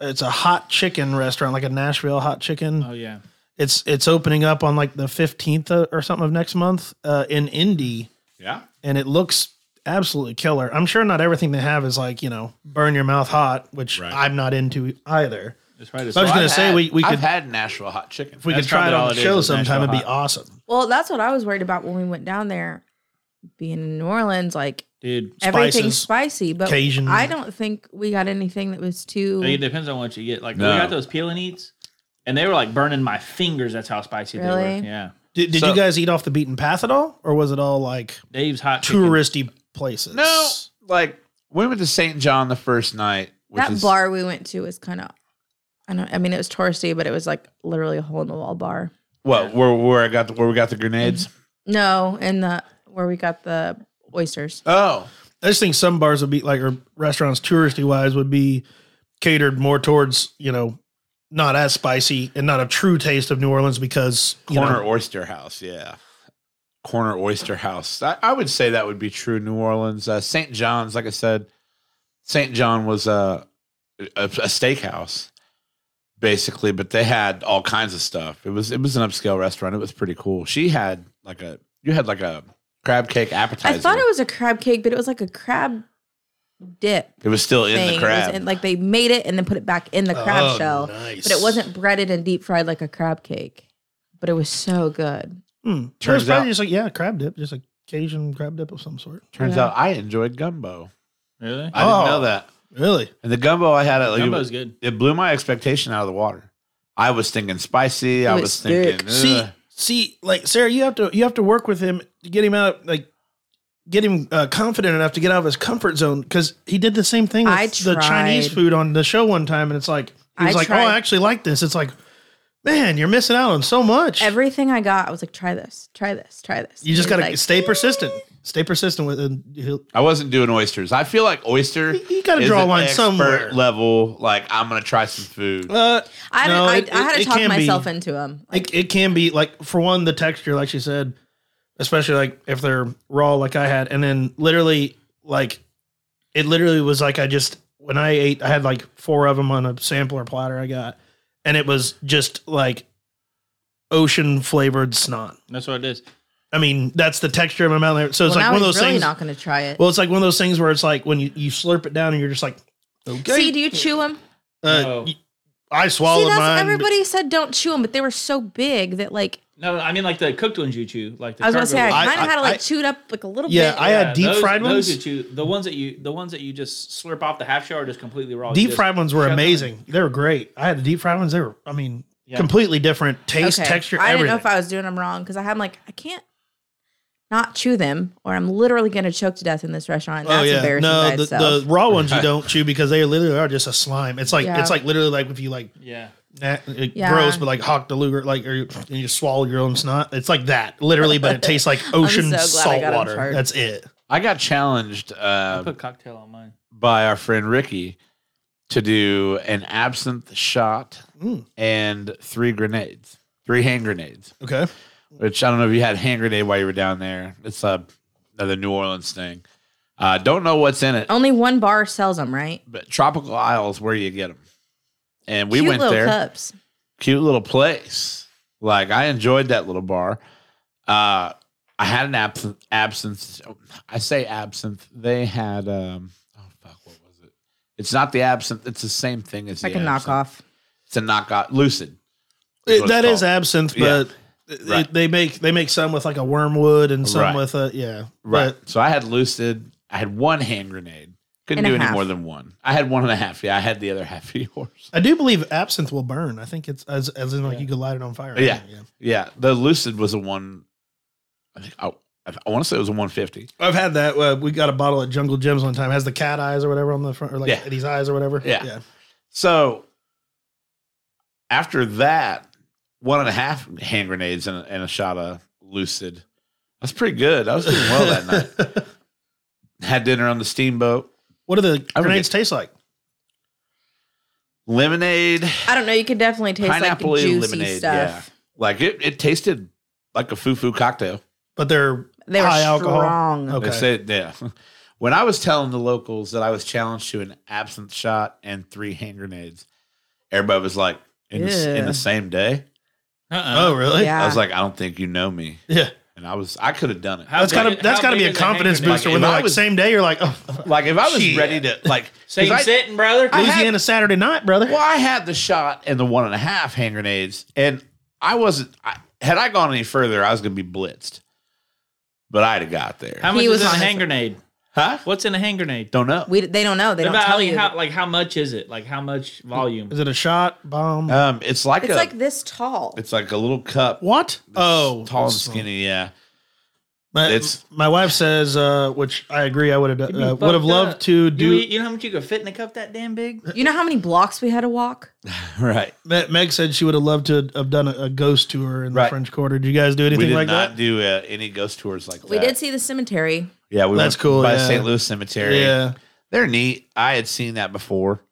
S4: It's a hot chicken restaurant, like a Nashville hot chicken.
S2: Oh yeah.
S4: It's it's opening up on like the fifteenth uh, or something of next month uh, in Indy,
S1: Yeah.
S4: and it looks absolutely killer. I'm sure not everything they have is like you know burn your mouth hot, which
S1: Right.
S4: I'm not into either.
S2: It's probably
S4: I was
S2: just-
S4: gonna say we, we
S1: I've
S4: could
S1: had Nashville hot chicken.
S4: if we
S2: That's
S4: could try it
S2: probably all
S4: on the
S2: it is,
S4: show
S2: is Nashville
S4: sometime, it'd be
S2: hot.
S4: awesome.
S3: Well, that's what I was worried about when we went down there. Being in New Orleans, like
S2: dude.
S3: everything's
S4: Spices.
S3: spicy, but
S4: Cajun.
S3: I don't think we got anything that was too.
S2: It depends on what you get. Like
S1: No.
S2: we got those peel and eats, and they were like burning my fingers. That's how spicy they
S3: Really?
S2: were. Yeah,
S4: Did, did
S1: So-
S4: you guys eat off the beaten path at all, or was it all like
S2: Dave's hot chicken.
S4: touristy places?
S1: No, like we went to St. John the first night. Which
S3: that
S1: is,
S3: bar we went to was kind of, I don't. I mean, it was touristy, but it was like literally a hole in the wall bar.
S1: What? Where? Where I got the, where we got the grenades?
S4: Mm-hmm.
S3: No, in the where we got the oysters.
S1: Oh,
S4: I just think some bars would be like or restaurants touristy wise would be catered more towards, you know, not as spicy and not a true taste of New Orleans because you
S1: corner
S4: know,
S1: oyster house. Yeah. corner oyster house. I, I would say that would be true. New Orleans, uh, St. John's, like I said, St. John was a, a a steakhouse basically, but they had all kinds of stuff. It was it was an upscale restaurant. It was pretty cool. She had like a you had like a crab cake appetizer.
S3: I thought it was a crab cake, but it was like a crab dip
S1: It was still in
S3: thing.
S1: the
S3: It was
S1: crab.
S3: in- like they made it and then put it back in the crab shell,
S4: Oh, Nice.
S3: but it wasn't breaded and deep fried like a crab cake. But it was so good.
S4: Hmm. It
S1: Turns
S4: was probably
S1: out-
S4: just like yeah, crab dip, just a Cajun crab dip of some sort.
S1: Turns
S3: Yeah.
S1: out I enjoyed gumbo.
S2: Really?
S1: I
S4: Oh.
S1: didn't know that.
S4: Really?
S1: And the gumbo I had at like,
S2: Gumbo's good.
S1: it blew my expectation out of the water. I was thinking spicy. I
S3: It
S1: was
S3: was thick.
S1: thinking
S4: See,
S1: ugh.
S4: see, like Sarah, you have to you have to work with him to get him out, like get him uh, confident enough to get out of his comfort zone because he did the same thing with
S3: I
S4: the Chinese
S3: tried.
S4: food on the show one time, and it's like he
S3: I
S4: was like, oh,
S3: tried.
S4: I actually like this. It's like, man, you're missing out on so much.
S3: Everything I got, I was like, try this, try this, try this.
S4: you just
S3: And
S4: gotta
S3: he's
S4: stay persistent. Stay persistent with it. He'll-
S1: I wasn't doing oysters. I feel like oyster.
S4: You gotta
S1: is
S4: draw a
S1: an
S4: line
S1: expert
S4: somewhere.
S1: Level like I'm gonna try some food.
S4: Uh,
S3: I,
S4: No,
S3: I,
S4: it-
S3: I had
S4: it-
S3: to
S4: it
S3: talk
S4: can be.
S3: myself into him. Like,
S4: it, it can be like for one the texture like she said especially like if they're raw like i had and then literally like it literally was like i just when i ate i had like four of them on a sampler platter i got and it was just like ocean flavored snot
S2: That's what it is.
S4: i mean that's the texture of my mouth so it's
S3: well,
S4: like
S3: now
S4: one of
S3: he's
S4: those
S3: really
S4: things
S3: not going to try it.
S4: well it's like one of those things where it's like when you, you slurp it down and you're just like okay
S3: See, do you chew him?
S4: uh,
S2: No.
S4: y- i
S3: See,
S4: swallowed
S3: that's
S4: mine
S3: everybody said don't chew them, but they were so big that like
S2: No, I mean like the cooked ones you chew, like the
S3: I was going to say I
S2: cargo ones.
S4: I-
S3: kind of
S4: I-
S3: had to like
S4: I-
S3: chew it up like a little
S4: Yeah,
S3: bit.
S4: I had deep
S2: those-
S4: fried
S2: those
S4: ones.
S2: you chew, the ones that you the ones that you just slurp off the half shell are just completely raw. You
S4: Deep
S2: just
S4: fried ones were
S2: shove them in.
S4: amazing. They were great. I had the deep fried ones. They were, I mean,
S2: Yeah.
S4: completely different taste, texture,
S3: I
S4: everything.
S3: didn't know if I was doing them wrong because I had like I can't not chew them or I'm literally going to choke to death in this restaurant. And that's embarrassing by
S4: Oh, no, the,
S3: itself.
S4: the raw ones you don't chew because they literally are just a slime. It's like
S3: Yeah.
S4: it's like literally like if you like
S2: Yeah.
S4: nah, it-
S3: Yeah.
S4: gross, but like hawk the luger, like or you, and you swallow your own snot. It's like that literally, but it tastes like ocean
S3: so glad I
S4: salt
S3: got on
S4: water.
S3: chart.
S4: That's it.
S1: I got challenged
S2: I
S1: uh,
S2: put cocktail on mine.
S1: by our friend Ricky to do an absinthe shot
S4: Mm,
S1: and three grenades, three hand grenades.
S4: okay,
S1: Which I don't know if you had hand grenade while you were down there. It's a another New Orleans thing. Uh, don't know what's in it,
S3: Only one bar sells them, right?
S1: but Tropical Isles where you get them. And we
S3: Cute
S1: went
S3: little
S1: there.
S3: cups.
S1: cute little place. Like I enjoyed that little bar. Uh I had an absinthe absinthe oh, I say absinthe. They had um oh fuck, what was it? It's not the absinthe, it's the same thing as
S3: Like
S1: the
S3: a
S1: absinthe.
S3: knockoff.
S1: It's a knockout lucid. what
S4: It-
S1: it's
S4: that is
S1: called.
S4: absinthe,
S1: Yeah.
S4: but. it-
S1: Right.
S4: they make they make some with like a wormwood and some
S1: Right.
S4: with a yeah
S1: Right.
S4: But
S1: so I had lucid, I had one hand grenade. Couldn't
S3: And a
S1: do any
S3: half.
S1: more than one. I had one and a half. Yeah, I had the other half of yours.
S4: I do believe absinthe will burn. I think it's as as in like
S2: Yeah.
S4: you could light it on fire.
S1: Yeah.
S4: yeah.
S1: Yeah. The lucid was a one I think I, I want to say it was a 150.
S4: I've had that. Uh, we got a bottle at Jungle Gems one time. It has the cat eyes or whatever on the front, or like
S1: Yeah.
S4: these eyes or whatever.
S1: Yeah. So after that, one and a half hand grenades and, and a shot of Lucid. That's pretty good. I was doing well that night.
S4: night.
S1: Had dinner on the steamboat.
S4: what do the
S1: I
S4: grenades taste like?
S1: Lemonade,
S3: I don't know. You could definitely taste
S1: pineapple
S3: like juicy
S1: lemonade. Yeah,
S3: stuff.
S1: like it, it tasted like a foo foo cocktail.
S4: But they're
S3: They were
S4: High alcohol. Oh,
S3: strong.
S4: Okay.
S1: They said, yeah. When I was telling the locals that I was challenged to an absinthe shot and three hand grenades, everybody was like, in, the, in
S3: Yeah.
S1: the same day. Uh,
S2: Uh-uh.
S4: oh really?
S3: Yeah.
S1: I was like, I don't think you know me.
S4: Yeah.
S1: And I was, I could have done it.
S4: That's gotta that's gotta be a confidence booster.
S1: Like,
S4: when
S1: if
S4: they're
S1: I
S4: like
S1: was-
S4: same day, you're like, oh,
S1: Like if I was
S4: Shit.
S1: ready to like
S2: Same
S1: 'cause I,
S2: sitting, brother.
S1: I had-
S4: Louisiana Saturday night, brother.
S1: Well, I had the shot and the one and a half hand grenades, and I wasn't. I, had I gone any further, I was going to be blitzed. But I'd have got there.
S2: How much
S3: He
S2: is
S3: was
S2: in a
S3: on his-
S2: hand grenade?
S1: huh?
S2: What's in a hand grenade?
S1: Don't know.
S3: we, they don't know. They don't
S2: About how,
S3: tell you.
S2: how like how much is it? Like how much volume?
S4: Is it a shot bomb?
S1: Um, it's like
S3: it's
S1: a,
S3: like this tall.
S1: it's like a little cup.
S4: what? Oh,
S1: tall and skinny. Yeah,
S4: My,
S1: It's-
S4: my wife says, uh, which I agree. I would have
S2: You
S4: uh, would have
S2: fucked
S4: loved
S2: up.
S4: to
S2: You
S4: do.
S2: eat- You know how much you could fit in a cup that damn big?
S3: you know how many blocks we had to walk?
S1: right.
S4: Me- Meg said she would have loved to have done a, a ghost tour in
S1: Right.
S4: the French Quarter. Did you guys do anything
S1: we did
S4: like
S1: not
S4: that?
S1: do uh, any ghost tours like
S3: We
S1: that.
S3: did see the cemetery.
S1: Yeah, we
S4: That's
S1: went
S4: cool,
S1: by
S4: yeah.
S1: St. Louis Cemetery.
S4: Yeah.
S1: they're neat. I had seen that before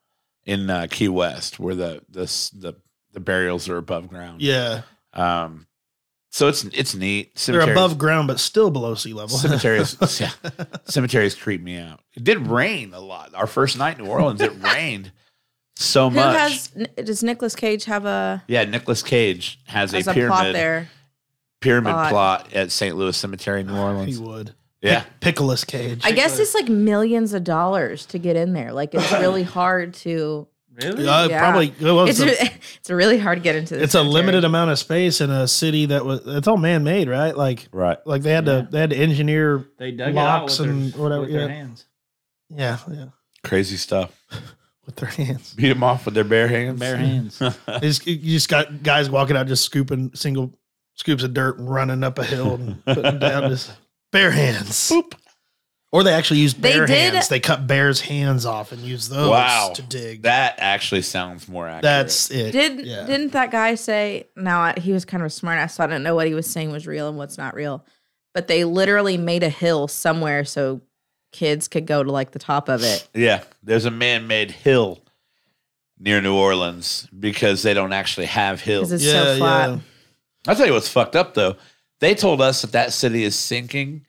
S1: in uh, Key West, where the the the, the burials are above ground.
S4: Yeah.
S1: Um, So it's it's neat.
S4: They're
S1: Cemeteries,
S4: above ground, but still below sea level.
S1: cemeteries. yeah, cemeteries creep me out. It did rain a lot. Our first night in New Orleans, it rained so
S3: Who
S1: much.
S3: has? Does Nicolas Cage have a
S1: yeah, Nicolas Cage has a
S3: has a,
S1: pyramid
S3: plot there?
S1: pyramid
S3: Plot.
S1: plot at St. Louis Cemetery in New
S4: he
S1: Orleans.
S4: would.
S1: Yeah,
S4: Pickleus Cage.
S3: I guess it's like millions of dollars to get in there. Like it's really hard to.
S2: Really?
S4: Uh,
S3: yeah.
S4: Probably. well,
S3: It's
S4: it's, a,
S3: re- it's really hard to get into. This
S4: it's a
S3: cemetery.
S4: limited amount of space in a city that was. It's all man made, right? Like,
S1: right.
S4: like they had
S2: Yeah.
S4: to they had to engineer.
S2: They dug it out with
S4: Locks
S2: their,
S4: and whatever,
S2: with their
S4: yeah.
S2: hands.
S4: Yeah, yeah,
S1: Crazy stuff.
S4: with their hands.
S1: Beat them off with their bare hands.
S2: Bare hands.
S4: They just, you just got guys walking out, just scooping single scoops of dirt and running up a hill and putting down just bare hands. Or they actually used
S3: They
S4: bear
S3: did-
S4: hands. They cut bears' hands off and use those
S1: Wow.
S4: to dig.
S1: That actually sounds more accurate.
S4: That's it.
S3: Did
S4: Yeah.
S3: didn't that guy say? No, I- he was kind of a smart ass, so I don't know what he was saying was real and what's not real. But they literally made a hill somewhere so kids could go to like the top of it.
S1: yeah. There's a man-made hill near New Orleans because they don't actually have hills.
S3: Because it's so flat.
S1: I'll tell you what's fucked up though. They told us that that city is sinking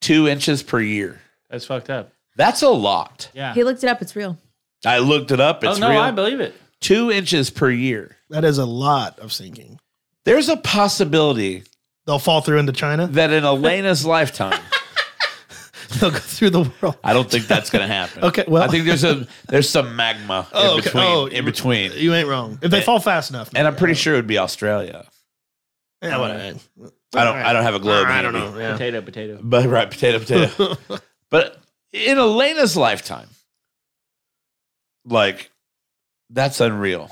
S1: two inches per year.
S2: That's fucked up.
S1: That's a lot.
S2: Yeah.
S3: He looked it up. It's real.
S1: I looked it up.
S2: Oh
S1: It's
S2: no,
S1: real.
S2: I believe it.
S1: two inches per year.
S4: That is a lot of sinking.
S1: There's a possibility
S4: They'll fall through into China.
S1: that in Elena's lifetime,
S4: They'll go through the world.
S1: I don't think that's going to happen.
S4: Okay, well-
S1: I think there's a there's some magma
S4: Oh,
S1: in
S4: okay.
S1: between.
S4: Oh,
S1: in between,
S4: You ain't wrong. If they fall fast enough.
S1: and I'm pretty sure it would be Australia.
S4: Yeah, whatever.
S1: I don't I don't have a globe.
S4: I
S1: handy.
S4: don't know. Yeah.
S2: Potato, potato.
S1: But right, potato, potato. but in Elena's lifetime, like that's unreal.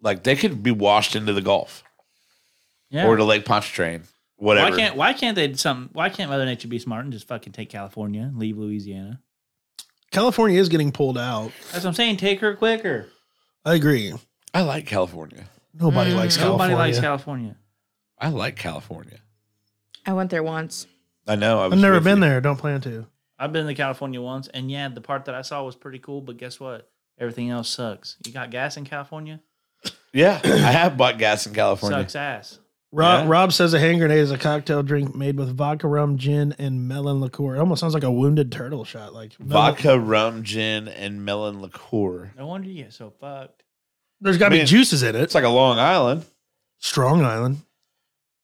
S1: Like they could be washed into the Gulf
S2: Yeah.
S1: or to Lake Pontchartrain, whatever.
S2: Why can't Why can't they do something? Why can't Mother Nature be smart and just fucking take California, and leave Louisiana?
S4: California is getting pulled out.
S2: That's what I'm saying. Take her quicker.
S4: I agree.
S1: I like California.
S4: Nobody
S3: Mm.
S4: likes California.
S2: Nobody likes California.
S1: I like California.
S3: I went there once.
S1: I know. I
S4: I've never been there. Don't plan to.
S2: I've been to California once, and yeah, the part that I saw was pretty cool. But guess what? Everything else sucks. You got gas in California?
S1: Yeah, I have bought gas in California.
S2: Sucks ass.
S4: Rob,
S1: Yeah.
S4: Rob says a hand grenade is a cocktail drink made with vodka, rum, gin, and melon liqueur. It almost sounds like a wounded turtle shot. Like melon-
S1: Vodka, rum, gin, and melon liqueur.
S2: No wonder you get so fucked.
S4: There's got to
S1: Man.
S4: be juices in it.
S1: It's like a Long Island.
S4: Strong Island.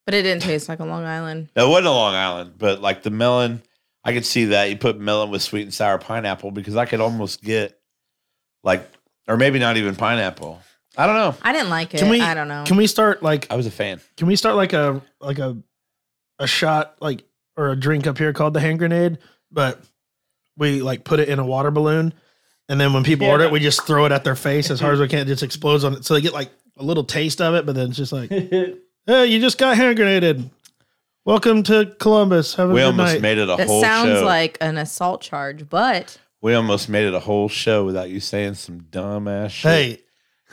S3: But it didn't taste like a Long Island.
S1: No, it wasn't a Long Island, but like the melon, I could see that you put melon with sweet and sour pineapple because I could almost get like, or maybe not even pineapple. I don't know.
S3: I didn't like it.
S4: Can we-
S3: I don't know.
S4: Can we start like?
S1: I was a fan.
S4: Can we start like a like a a shot like or a drink up here called the hand grenade? But we like put it in a water balloon, and then when people
S2: Yeah.
S4: order it, we just throw it at their face as hard as we can. It just explodes on it, so they get like a little taste of it. But then it's just like, hey, you just got hand grenaded. Welcome to Columbus. Have a
S1: We
S4: good
S1: almost
S4: night.
S1: made it a
S3: that
S1: whole
S3: sounds
S1: show.
S3: like an assault charge, but
S1: we almost made it a whole show without you saying some dumb ass shit.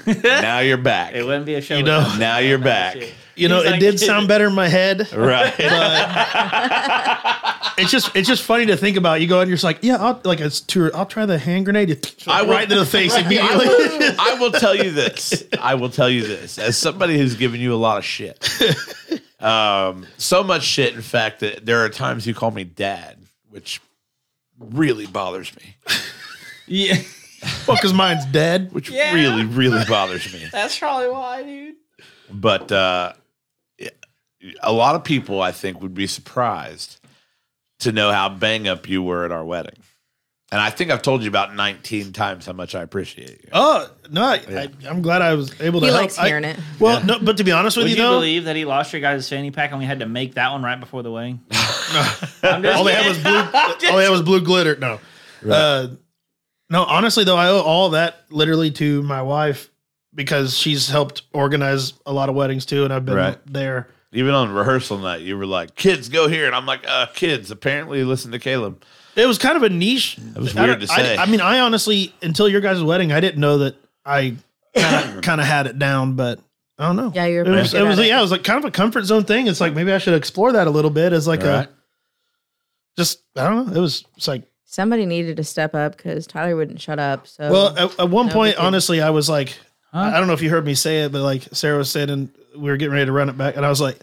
S4: hey,
S1: now you're back.
S2: It wouldn't be a show.
S4: You know-
S2: without
S1: Now you're
S2: that
S1: back.
S2: shit.
S4: you know,
S2: He's
S4: it
S2: like-
S4: did sound better in my head.
S1: Right.
S4: It's just it's just funny to think about. You go and you're just like, yeah, I'll like it's tour. I'll try the hand grenade. You
S1: I will-
S4: right into the face immediately.
S1: I will tell you this. I will tell you this. As somebody who's given you a lot of shit, um, so much shit, in fact, that there are times you call me dad, which really bothers me.
S2: Yeah,
S4: well, because mine's dead.
S1: Which
S2: Yeah.
S1: really, really bothers me.
S2: that's probably why, dude.
S1: But uh, a lot of people, I think, would be surprised to know how bang up you were at our wedding. And I think I've told you about 19 times how much I appreciate you.
S4: Oh no, I, I, I'm glad I was able to.
S3: he
S4: help.
S3: likes
S4: I-
S3: hearing it.
S4: Well, no, but to be honest with
S2: Would
S4: you,
S2: you
S4: though,
S2: believe that he lost your guys' fanny pack and we had to make that one right before the wedding? I'm just
S4: all they had was
S2: kidding.
S4: blue. all they had was blue glitter. No, uh, no. Honestly, though, I owe all that literally to my wife because she's helped organize a lot of weddings too, and I've been
S1: Right.
S4: there.
S1: Even on rehearsal night, you were like, "Kids, go here," and I'm like, "Uh, kids, apparently listen to Caleb."
S4: It was kind of a niche. It
S1: was weird to say.
S4: I, mean, I honestly, until your guys' wedding, I didn't know that I kind of had it down, but I don't know.
S3: Yeah, you're
S4: It was,
S3: pretty
S4: it was
S3: good at
S4: yeah, it was like kind of a comfort zone thing. It's like maybe I should explore that a little bit as like
S1: All right.
S4: a just I don't know. It was it's like
S3: Somebody needed to step up because Tyler wouldn't shut up. So
S4: well uh, at, at one
S3: No,
S4: point
S3: we can-
S4: honestly I was like
S2: Huh?
S4: I I don't know if you heard me say it, but like Sarah was saying and we were getting ready to run it back and I was like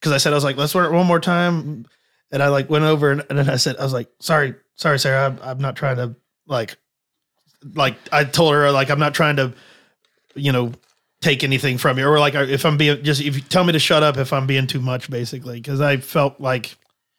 S4: because I said I was like, let's wear it one more time, and I like went over and, and then I said I was like, sorry, sorry, Sarah, I'm, I'm not trying to like, like I told her like I'm not trying to, you know, take anything from you or like if I'm being just if you tell me to shut up if I'm being too much basically because I felt like,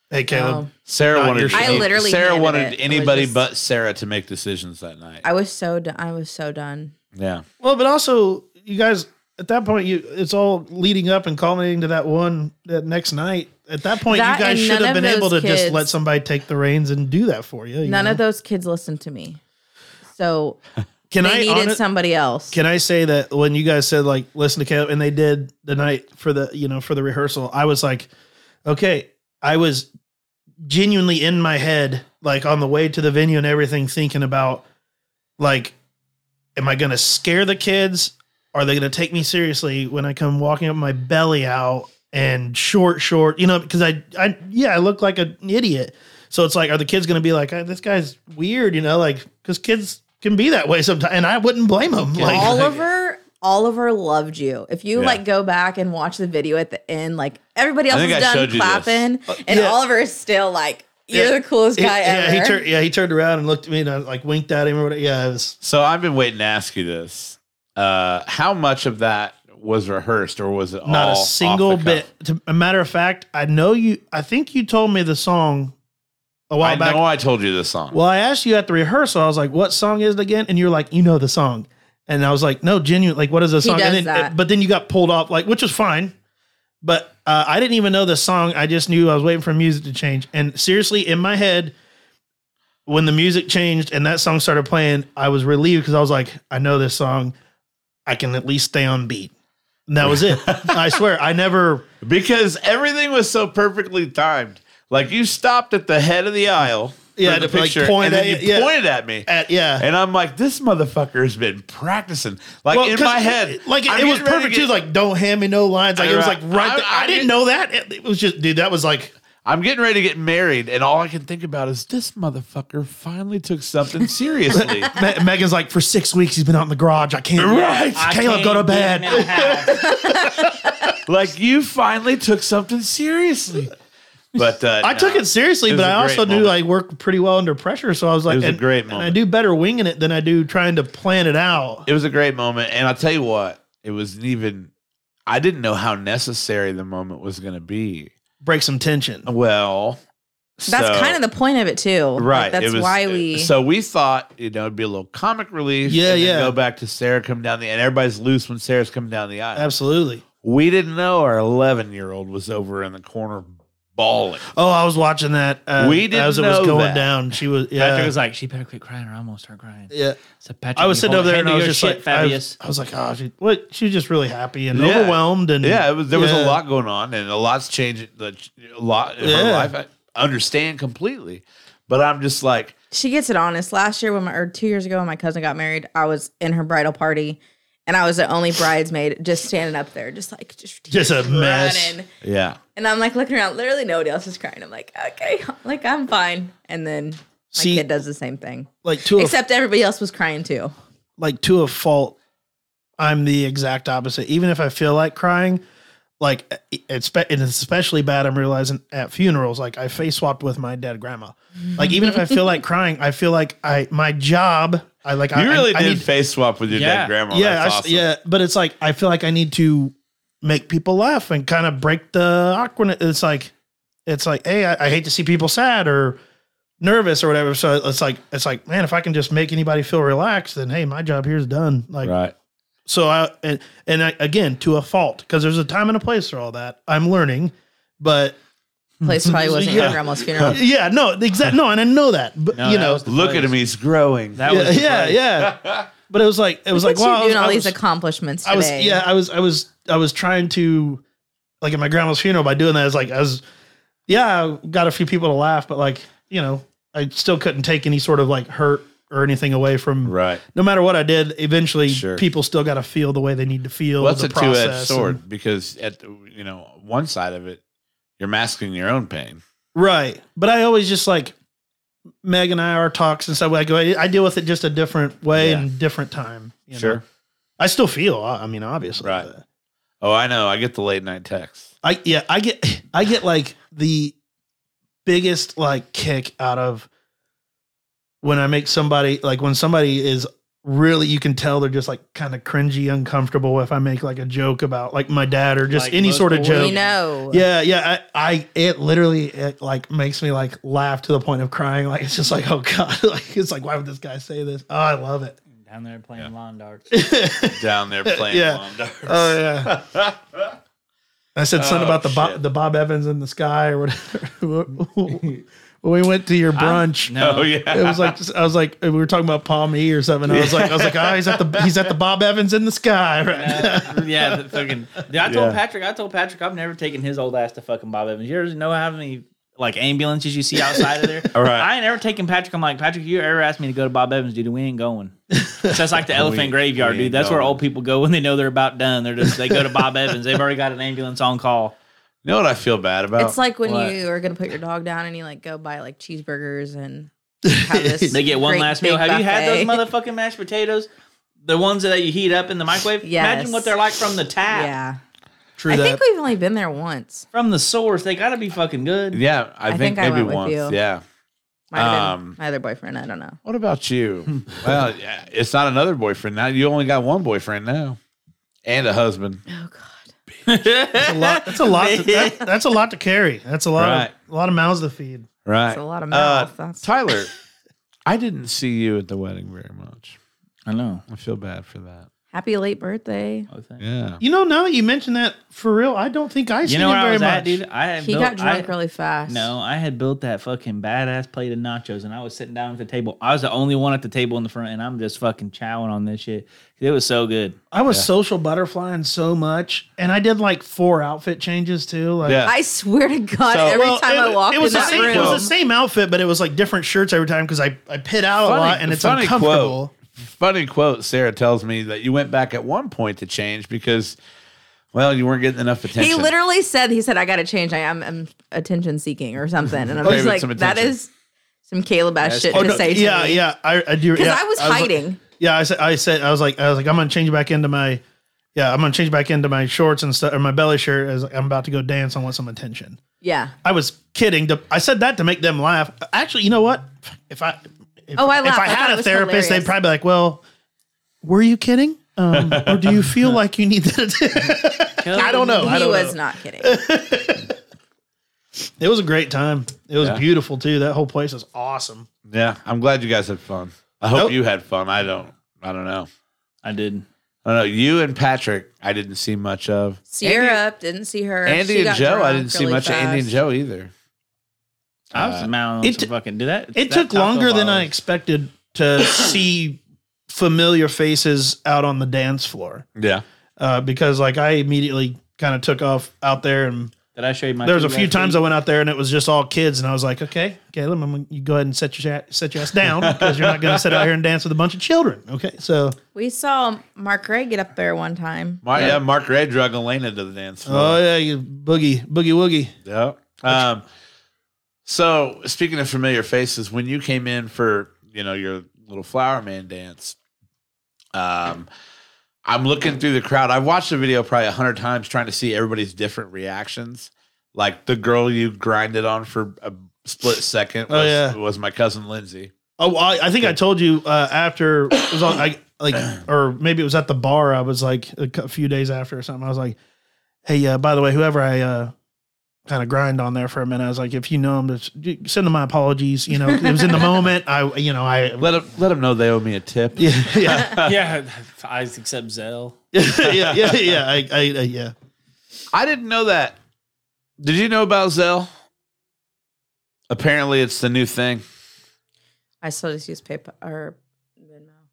S4: hey Caleb,
S3: Um,
S1: Sarah
S4: Not
S1: wanted.
S4: your
S3: I
S1: any-
S3: literally
S1: Sarah
S3: handed
S1: wanted
S3: it. I was
S1: anybody
S3: just-
S1: but Sarah to make decisions that night.
S3: I was so done. I was so done.
S1: yeah.
S4: Well, but also you guys at that point you it's all leading up and culminating to that one that next night. At that point,
S3: That
S4: you
S3: and
S4: guys should
S3: none
S4: have
S3: of
S4: been able to
S3: those
S4: just
S3: kids-
S4: let somebody take the reins and do that for you. you
S3: None
S4: know?
S3: of those kids listened to me, so
S4: Can
S3: they needed
S4: honest-
S3: somebody else.
S4: Can I say that when you guys said like listen to Caleb and they did the night for the you know for the rehearsal, I was like, okay, I was genuinely in my head like on the way to the venue and everything thinking about like am I going to scare the kids? Are they going to take me seriously when I come walking up my belly out and short short, you know, because I I yeah, I look like an idiot. So it's like, are the kids going to be like, "Ah, this guy's weird, you know, like because kids can be that way sometimes, and I wouldn't blame them. Like,
S3: Oliver. Oliver loved you. If you
S1: Yeah.
S3: like go back and watch the video at the end, like everybody else
S1: think
S3: is
S1: I
S3: done
S1: showed you this.
S3: clapping, and
S4: Uh, yeah.
S3: Oliver is still like, "You're
S4: Yeah.
S3: the coolest
S4: He-
S3: guy
S4: yeah,
S3: ever."
S4: he turned. Yeah, he turned around and looked at me, and I like winked at him or whatever. Yeah, it was.
S1: So I've been waiting to ask you this. Uh, how much of that was rehearsed, or was it all
S4: not a
S1: off the
S4: single
S1: cuff?
S4: bit. To, a matter of fact, I know you. I think you told me the song a while
S1: I
S4: back.
S1: know I told you this song.
S4: Well, I asked you at the rehearsal. I was like, "What song is it again?" And you're like, "You know the song." And I was like, "No, genuine. Like, what is the
S3: He
S4: song?"
S3: does
S4: and then,
S3: that.
S4: but then you got pulled off, like, which was fine. But uh, I didn't even know the song. I just knew I was waiting for music to change. And seriously, in my head, when the music changed and that song started playing, I was relieved because I was like, "I know this song. I can at least stay on beat." And that was it. I swear, I never.
S1: because everything was so perfectly timed. Like you stopped at the head of the aisle.
S4: Yeah,
S1: for the
S4: to, like,
S1: picture,
S4: point
S1: and then
S4: at
S1: you
S4: it, yeah.
S1: pointed at me.
S4: At, yeah,
S1: And I'm like, this motherfucker has been practicing. Like
S4: Well,
S1: in
S4: 'cause
S1: my head,
S4: it- like it,
S1: I'm
S4: it was
S1: getting ready to
S4: perfect
S1: get-
S4: too. Like, don't hand me no lines. Like it was like
S1: Right.
S4: right.
S1: I-
S4: there.
S1: I
S4: I, didn't
S1: didn't-
S4: know that. It, it was just, dude. That was like,
S1: I'm getting ready to get married, and all I can think about is this motherfucker finally took something seriously.
S4: Me- Megan's like, for six weeks he's been out in the garage. I can't.
S1: Right.
S2: I
S4: Caleb, go to
S2: can't get in
S4: bed.
S2: the house.
S1: like you finally took something seriously. But uh,
S4: I took
S1: no.
S4: it seriously,
S1: It was
S4: but I
S1: a great
S4: also knew
S1: moment.
S4: I worked pretty well under pressure. So I was like,
S1: was a
S4: and,
S1: great
S4: and I
S1: moment.
S4: do better winging it than I do trying to plan it out.
S1: It was a great moment, and I'll tell you what, it wasn't even. I didn't know how necessary the moment was going to be.
S4: Break some tension.
S1: Oh, Well,
S3: that's kind of the point of it too. Like,
S1: right.
S3: that's
S1: it was- uh,
S3: why we.
S1: So we thought you know it'd be a little comic relief.
S4: Yeah,
S1: and then
S4: yeah.
S1: Go back to Sarah coming down the, and everybody's loose when Sarah's coming down the aisle.
S4: Absolutely.
S1: We didn't know our 11 year old was over in the corner bawling.
S4: Oh, I was watching that. Uh,
S1: We didn't
S4: as it
S1: know
S4: was going
S1: that.
S4: down. She was. Yeah.
S2: Patrick was like, "She better quit crying, or I'm gonna start crying."
S4: yeah.
S2: So Patrick,
S4: I was
S2: you
S4: sitting
S2: hold-
S4: over there and I
S2: handle
S4: was
S2: your
S4: just
S2: shit,
S4: like, I was,
S2: Fabius.
S4: I was like, oh, she, what? She was just really happy and
S1: Yeah.
S4: overwhelmed and
S1: Yeah, it was, there was a
S4: Yeah.
S1: lot going on, and a lot's changed. The, a lot in her
S4: Yeah.
S1: life. I understand completely, but I'm just like,
S3: She gets it honest. Last year, when my or two years ago, when my cousin got married, I was in her bridal party, and I was the only bridesmaid, just standing up there, just like just
S4: Just a mess.
S3: running.
S1: yeah,
S3: And I'm like looking around, literally nobody else is crying. I'm like, okay, like I'm fine. And then my
S4: See-
S3: kid does the same thing,
S4: like to a,
S3: except everybody else was crying too.
S4: like to a fault i'm the exact opposite even if i feel like crying like it's and it's especially bad i'm realizing at funerals like i face swapped with my dead grandma like even if i feel like crying i feel like i my job i like I,
S1: you really
S4: I, I
S1: did
S4: need-
S1: face swap with your
S2: Yeah.
S1: dead grandma.
S4: yeah I
S1: That's
S4: s-
S1: awesome.
S4: yeah but it's like i feel like i need to make people laugh and kind of break the awkwardness it's like it's like hey I, I hate to see people sad or nervous or whatever so it's like it's like man if i can just make anybody feel relaxed then hey my job here's done like
S1: right.
S4: so I and and I, again to a fault because there's a time and a place for all that. I'm learning, but
S3: Place probably wasn't
S4: Yeah.
S3: your grandma's funeral.
S4: yeah, no, exact no, and I know that, but
S2: No,
S4: you
S2: that
S4: know,
S2: was the
S1: Look
S2: place.
S1: at him; he's growing.
S2: That
S4: yeah,
S2: was the
S4: yeah,
S2: place.
S4: yeah. But it was like it was like
S3: Look at
S4: wow,
S3: you
S4: I was,
S3: doing all
S4: I
S3: these
S4: was-
S3: accomplishments today.
S4: I was yeah, I was I was I was trying to like at my grandma's funeral by doing that. I was like I was yeah, I got a few people to laugh, but like you know, I still couldn't take any sort of like hurt or anything away from
S1: Right.
S4: No matter what I did, eventually
S1: Sure.
S4: people still got to feel the way they need to feel.
S1: Well, it's
S4: the
S1: a two edged
S4: process and-
S1: sword because at the- you know one side of it, you're masking your own pain.
S4: Right. But I always just like Meg and I are talks and stuff. Like I I deal with it just a different way
S1: Yeah.
S4: and different time. you know? I still feel. I I mean, obviously.
S1: Right. Oh, I know. I get the late night texts.
S4: I yeah, I get I get like the biggest like kick out of when I make somebody like when somebody is really you can tell they're just like kind of cringy, uncomfortable if I make like a joke about like my dad or just
S2: Like
S4: any
S2: most
S4: sort of
S2: boys.
S4: joke.
S3: We know.
S4: Yeah, yeah. I, I it literally it like makes me like laugh to the point of crying. Like it's just like, oh God, like it's like why would this guy say this? Oh, I love it.
S2: Down there playing lawn darts.
S1: Down there playing
S4: Yeah.
S1: lawn darts.
S4: Oh yeah. I said something
S1: Oh,
S4: about the Bob,
S1: shit.
S4: the Bob Evans in the sky or whatever. when we went to your brunch,
S2: No,
S1: Oh, yeah.
S4: it was like I was like we were talking about Palmy or something. I was like I was like oh he's at the he's at the Bob Evans in the sky right now.
S2: Uh, yeah, the fucking. Dude, I told
S1: Yeah.
S2: Patrick. I told Patrick I've never taken his old ass to fucking Bob Evans. You ever know how many like ambulances you see outside of there?
S1: All right.
S2: I ain't ever taken Patrick. I'm like Patrick. You ever asked me to go to Bob Evans, dude? We ain't going. So that's like the elephant graveyard,
S1: we
S2: dude.
S1: ain't
S2: That's where
S1: going.
S2: old people go when they know they're about done. They're just they go to Bob Evans. They've already got an ambulance on call.
S1: You know what I feel bad about?
S3: It's like when
S2: What?
S3: you are gonna put your dog down and you like go buy like cheeseburgers and have this
S2: They get one
S3: great
S2: last meal.
S3: big
S2: Have you had those
S3: buffet.
S2: motherfucking mashed potatoes? The ones that you heat up in the microwave.
S3: Yes.
S2: Imagine what they're like from the tap,
S3: Yeah,
S4: True
S3: I
S4: that.
S3: think we've only been there once.
S2: from the source. They got to be fucking good.
S1: yeah, I,
S3: I
S1: think,
S3: think I
S1: maybe
S3: went with
S1: once.
S3: you.
S1: Yeah.
S3: Might have
S1: Um,
S3: been my other boyfriend. I don't know.
S1: What about you? well, yeah, it's not another boyfriend now. You only got one boyfriend now, and a husband.
S3: Oh god.
S4: that's a lot. That's a lot. To, that- that's a lot to carry. That's a lot.
S1: Right.
S4: Of, a lot of mouths to feed.
S1: Right.
S3: That's a lot of mouth. That's-
S1: Tyler, I didn't see you at the wedding very much.
S2: I know.
S1: I feel bad for that.
S3: Happy late birthday.
S2: I think.
S1: Yeah.
S4: You know, now that you mentioned that, for real, I don't think I see
S2: You know
S4: him
S2: where I
S4: very
S2: was
S4: much.
S2: at, dude? I had
S3: He
S2: built-
S3: got drunk
S2: I,
S3: really fast.
S2: No, I had built that fucking badass plate of nachos, and I was sitting down at the table. I was the only one at the table in the front, and I'm just fucking chowing on this shit. It was so good.
S4: I was social butterflying so much, and I did like four outfit changes too. Like,
S1: Yeah.
S3: I swear to God,
S1: So-
S3: every
S4: Well,
S3: time I walked
S4: it was
S3: in
S4: the
S3: that
S4: same,
S3: room,
S4: It was the same outfit, but it was like different shirts every time because I, I pit out a lot and it's
S1: funny
S4: uncomfortable.
S1: Quote, funny quote. Sarah tells me that you went back at one point to change because, well, you weren't getting enough attention.
S3: he literally said, "He said I got to change. I am I'm attention seeking or something." And I
S1: Maybe
S3: was like,
S1: some
S3: "That
S1: attention.
S3: is some Caleb ass shit
S4: Oh,
S3: to
S4: no,
S3: say to
S4: yeah,
S3: me."
S4: yeah, I, I do.
S3: Because
S4: yeah,
S3: I was
S4: like-
S3: hiding.
S4: yeah, I said, I said, I was like, I was like, I'm gonna change back into my, yeah, I'm gonna change back into my shorts and stuff or my belly shirt. As I'm about to go dance, I want some attention.
S3: yeah.
S4: I was kidding. To, I said that to make them laugh. Actually, you know what? If I, if,
S3: Oh, I
S4: if
S3: laughed.
S4: I
S3: I thought
S4: had
S3: it
S4: a
S3: was
S4: therapist, they'd
S3: hilarious.
S4: probably be like, well, were you kidding? Um, or do you feel like you need that? attention? I don't know. I
S3: he
S4: don't
S3: was
S4: know.
S3: not kidding.
S4: It was a great time. It was
S1: Yeah.
S4: beautiful too. That whole place is awesome.
S1: yeah. I'm glad you guys had fun. I hope
S4: Nope.
S1: you had fun. I don't. I don't know.
S2: I did.
S1: I don't know. You and Patrick, I didn't see much of.
S3: Sierra up, didn't see her. She
S1: Andy and
S3: got
S1: Joe, I
S3: drunk
S1: didn't see
S3: really
S1: much of Andy and
S3: fast.
S1: Joe either.
S2: I was
S1: Uh,
S2: mouthing
S4: it
S2: some
S4: t-
S2: fucking do that.
S4: It
S2: that
S4: took
S2: Taco
S4: longer than
S2: Bell
S4: I
S2: was-
S4: expected to see familiar faces out on the dance floor
S1: Yeah.
S4: uh, because, like, I immediately kind of took off out there, and
S2: Did I show you my?
S4: there was a
S2: two
S4: few
S2: left
S4: times
S2: feet?
S4: I went out there and it was just all kids, and I was like, okay, Caleb, I'm gonna, you go ahead and set your ass- set your ass down because you're not going to sit out here and dance with a bunch of children. Okay, so
S3: We saw Mark Ray get up there one time.
S1: Mar- yeah. Mark Red drug Elena to the dance floor.
S4: oh yeah, you boogie boogie woogie.
S1: Yeah. Um, so speaking of familiar faces, when you came in for you know your little flower man dance, um, I'm looking through the crowd. I've watched the video probably a hundred times trying to see everybody's different reactions. Like the girl you grinded on for a split second
S4: Oh,
S1: was,
S4: yeah.
S1: was my cousin Lindsay.
S4: Oh, well, I, I think I told you uh, after it was on, I like, or maybe it was at the bar. I was like a cou- few days after or something. I was like, "Hey, uh, by the way, whoever I uh, kind of grind on there for a minute, I was like, if you know him, just d- send him my apologies. You know, it was in the moment. I, you know, I,
S1: Let them let them know they owe me a tip.
S4: yeah, yeah,
S2: yeah, I accept Zell.
S4: yeah, yeah, yeah, I, I, uh, yeah.
S1: I didn't know that. Did you know about Zell? Apparently, it's the new thing.
S3: I still just use PayPal or Venmo.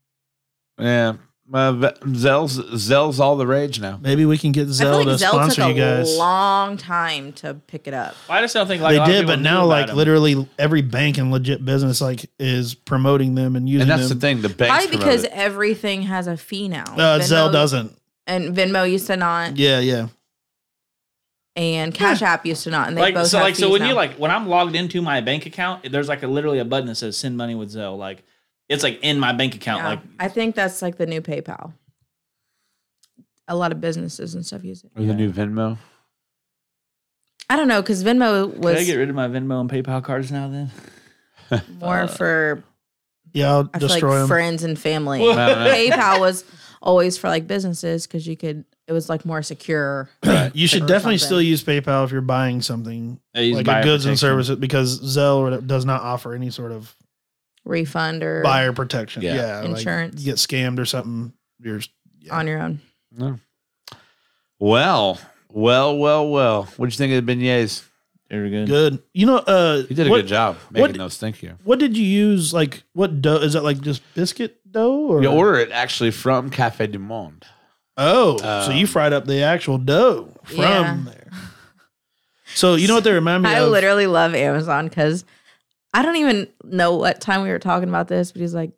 S1: Yeah. Uh, v- Zell's Zell's all the rage now.
S4: Maybe we can get
S3: I feel
S4: Zell
S3: like
S4: to
S3: Zell took
S4: sponsor
S3: a
S4: you guys.
S3: long time to pick it up.
S2: I just don't think like a
S4: They
S2: lot of
S4: did,
S2: people
S4: but
S2: knew
S4: now
S2: about
S4: like
S2: him.
S4: literally every bank and legit business like is promoting them and using
S1: And that's the
S4: them.
S1: thing. The banks
S3: Probably because
S1: because
S3: everything has a fee now.
S4: Uh, Zell
S3: Venmo-
S4: doesn't.
S3: And Venmo used to not.
S4: Yeah, yeah.
S3: and Cash App used to not, and they
S2: like
S3: both
S2: so
S3: have
S2: like so
S3: fees
S2: when
S3: now.
S2: you like when I'm logged into my bank account, there's like a literally a button that says send money with Zelle. Like it's like in my bank account.
S3: Yeah.
S2: Like
S3: I think that's like the new PayPal. a lot of businesses and stuff use it.
S1: Or the new Venmo.
S3: I don't know because Venmo
S2: Can I
S3: was
S2: get rid of my Venmo and PayPal cards now? Then
S3: more
S2: uh,
S3: for
S4: Yeah, I'll
S3: I feel like
S4: destroy them.
S3: friends and family.
S1: I don't know.
S3: PayPal was always for like businesses because you could. It was like more secure.
S4: you should
S3: or something.
S4: definitely still use PayPal if you're buying something
S2: I use
S4: like
S2: buyer
S4: a goods and
S2: protection.
S4: services because Zelle or whatever does not offer any sort of
S3: refund or
S4: buyer protection.
S1: Yeah.
S4: Yeah, like,
S3: Insurance.
S4: you get scammed or something. You're yeah.
S3: on your own.
S1: Well, well, well, well. What do you think of the beignets?
S2: They were good.
S4: good. You know, uh,
S1: You did a
S4: what,
S1: good job making
S4: what-
S1: those. Thank you.
S4: What did you use? Like, what dough is that? Like just biscuit dough? Or?
S1: You order it actually from Cafe du Monde.
S4: Oh, so
S1: Um,
S4: you fried up the actual dough from
S3: Yeah.
S4: there. So you know what they remind me
S3: I
S4: of?
S3: literally love Amazon because I don't even know what time we were talking about this, but he's like,